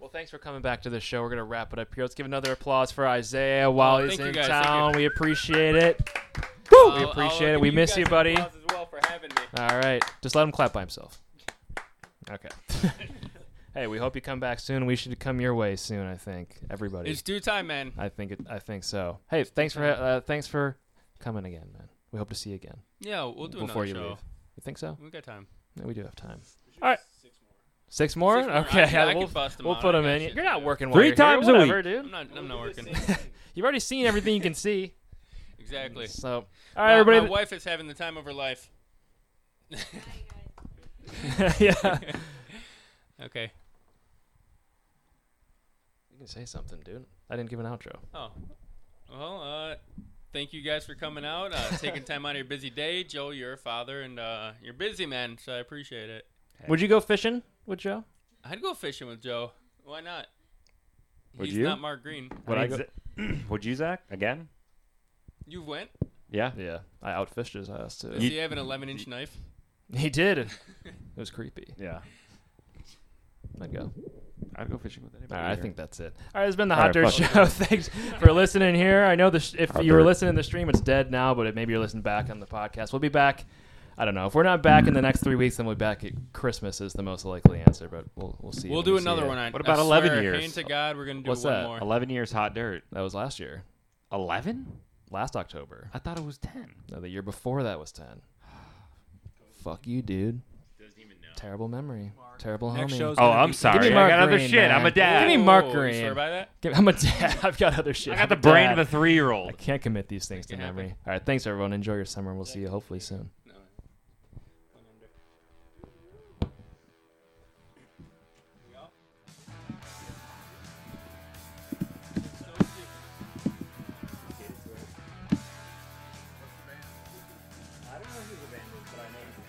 [SPEAKER 7] Well, thanks for coming back to the show. We're gonna wrap it up here. Let's give another applause for Isaiah while
[SPEAKER 8] Oh,
[SPEAKER 7] he's
[SPEAKER 8] thank you
[SPEAKER 7] in
[SPEAKER 8] guys, thank you.
[SPEAKER 7] town. We appreciate it.
[SPEAKER 8] I'll-
[SPEAKER 7] we
[SPEAKER 8] I'll
[SPEAKER 7] appreciate it.
[SPEAKER 8] give
[SPEAKER 7] We
[SPEAKER 8] you
[SPEAKER 7] miss
[SPEAKER 8] guys
[SPEAKER 7] you,
[SPEAKER 8] an
[SPEAKER 7] buddy.
[SPEAKER 8] applause as well for having me.
[SPEAKER 7] All right. Just let him clap by himself. Okay. hey, we hope you come back soon. We should come your way soon. I think everybody.
[SPEAKER 8] It's due time, man.
[SPEAKER 7] I think it. I think so. Hey, thanks for uh, thanks for coming again, man. We hope to see you again.
[SPEAKER 8] Yeah, we'll do
[SPEAKER 7] before
[SPEAKER 8] another
[SPEAKER 7] you
[SPEAKER 8] show.
[SPEAKER 7] leave. You think so?
[SPEAKER 8] We got time.
[SPEAKER 7] Yeah, we do have time. All right. Six more?
[SPEAKER 8] Six more.
[SPEAKER 7] Okay,
[SPEAKER 8] I- yeah, I
[SPEAKER 7] we'll,
[SPEAKER 8] could bust 'em
[SPEAKER 7] we'll
[SPEAKER 8] out.
[SPEAKER 7] put
[SPEAKER 8] I
[SPEAKER 7] them
[SPEAKER 8] got
[SPEAKER 7] in.
[SPEAKER 8] shit
[SPEAKER 7] You're
[SPEAKER 8] to
[SPEAKER 7] not
[SPEAKER 8] do.
[SPEAKER 7] working while
[SPEAKER 8] Three
[SPEAKER 7] you're
[SPEAKER 8] times
[SPEAKER 7] here.
[SPEAKER 8] a
[SPEAKER 7] Whatever,
[SPEAKER 8] week.
[SPEAKER 7] dude.
[SPEAKER 8] I'm not- I'm not working.
[SPEAKER 7] You've already seen everything you can see.
[SPEAKER 8] Exactly.
[SPEAKER 7] So, all
[SPEAKER 8] My-
[SPEAKER 7] right, everybody.
[SPEAKER 8] My wife is having the time of her life.
[SPEAKER 7] yeah.
[SPEAKER 8] okay.
[SPEAKER 7] You can say something, dude. I didn't give an outro.
[SPEAKER 8] Oh, well, uh, thank you guys for coming out, uh, taking time out of your busy day. Joe, you're a father, and uh, you're busy, man, so I appreciate it.
[SPEAKER 7] Would you go fishing with Joe?
[SPEAKER 8] I'd go fishing with Joe. Why not?
[SPEAKER 15] Would
[SPEAKER 8] He's
[SPEAKER 15] you?
[SPEAKER 8] not Mark Green.
[SPEAKER 15] Would I,
[SPEAKER 8] I mean,
[SPEAKER 15] go- Would you, Zach? Again?
[SPEAKER 8] You went?
[SPEAKER 15] Yeah.
[SPEAKER 7] Yeah. I outfished his ass too.
[SPEAKER 8] Does he have an 11 inch knife?
[SPEAKER 7] He did. It was creepy.
[SPEAKER 15] Yeah.
[SPEAKER 7] I'd go.
[SPEAKER 15] I'd go fishing with anybody.
[SPEAKER 7] All right, I
[SPEAKER 15] either.
[SPEAKER 7] think that's it. All right, it's been the
[SPEAKER 15] All
[SPEAKER 7] Hot
[SPEAKER 15] right,
[SPEAKER 7] Dirt
[SPEAKER 15] fuck it.
[SPEAKER 7] Show. Thanks for listening here. I know the sh- if
[SPEAKER 15] Hot
[SPEAKER 7] you were
[SPEAKER 15] Dirt.
[SPEAKER 7] listening to the stream, it's dead now, but it, maybe you're listening back on the podcast. We'll be back. I don't know. If we're not back in the next three weeks, then we'll be back at Christmas is the most likely answer, but we'll we'll see.
[SPEAKER 8] We'll
[SPEAKER 7] when
[SPEAKER 8] do
[SPEAKER 7] we see
[SPEAKER 8] another
[SPEAKER 7] it.
[SPEAKER 8] one. I- What about I 11 swear, years? hand to God, we're gonna do
[SPEAKER 7] What's
[SPEAKER 8] one
[SPEAKER 7] that?
[SPEAKER 8] more.
[SPEAKER 15] 11 years hot dirt.
[SPEAKER 7] That was last year.
[SPEAKER 15] 11?
[SPEAKER 7] Last October.
[SPEAKER 15] I thought it was 10.
[SPEAKER 7] No, the year before that was 10. Fuck you, dude. Terrible memory. Terrible
[SPEAKER 15] Next
[SPEAKER 7] homie.
[SPEAKER 15] show's Oh, gonna I'm be- sorry.
[SPEAKER 7] Give me
[SPEAKER 15] I
[SPEAKER 7] Mark
[SPEAKER 15] got other
[SPEAKER 7] Green,
[SPEAKER 15] shit.
[SPEAKER 7] man.
[SPEAKER 15] I'm a dad.
[SPEAKER 7] Give me Mark
[SPEAKER 15] Ooh, you
[SPEAKER 7] Green.
[SPEAKER 15] swear by that?
[SPEAKER 7] Give- I'm a dad. I've got other shit.
[SPEAKER 15] I got
[SPEAKER 7] I'm
[SPEAKER 15] the brain
[SPEAKER 7] dad.
[SPEAKER 15] of a three-year-old.
[SPEAKER 7] I can't commit these things to memory. All right. Thanks, everyone. Enjoy your summer. and We'll see you hopefully soon.
[SPEAKER 14] I don't know who the band is, but I know.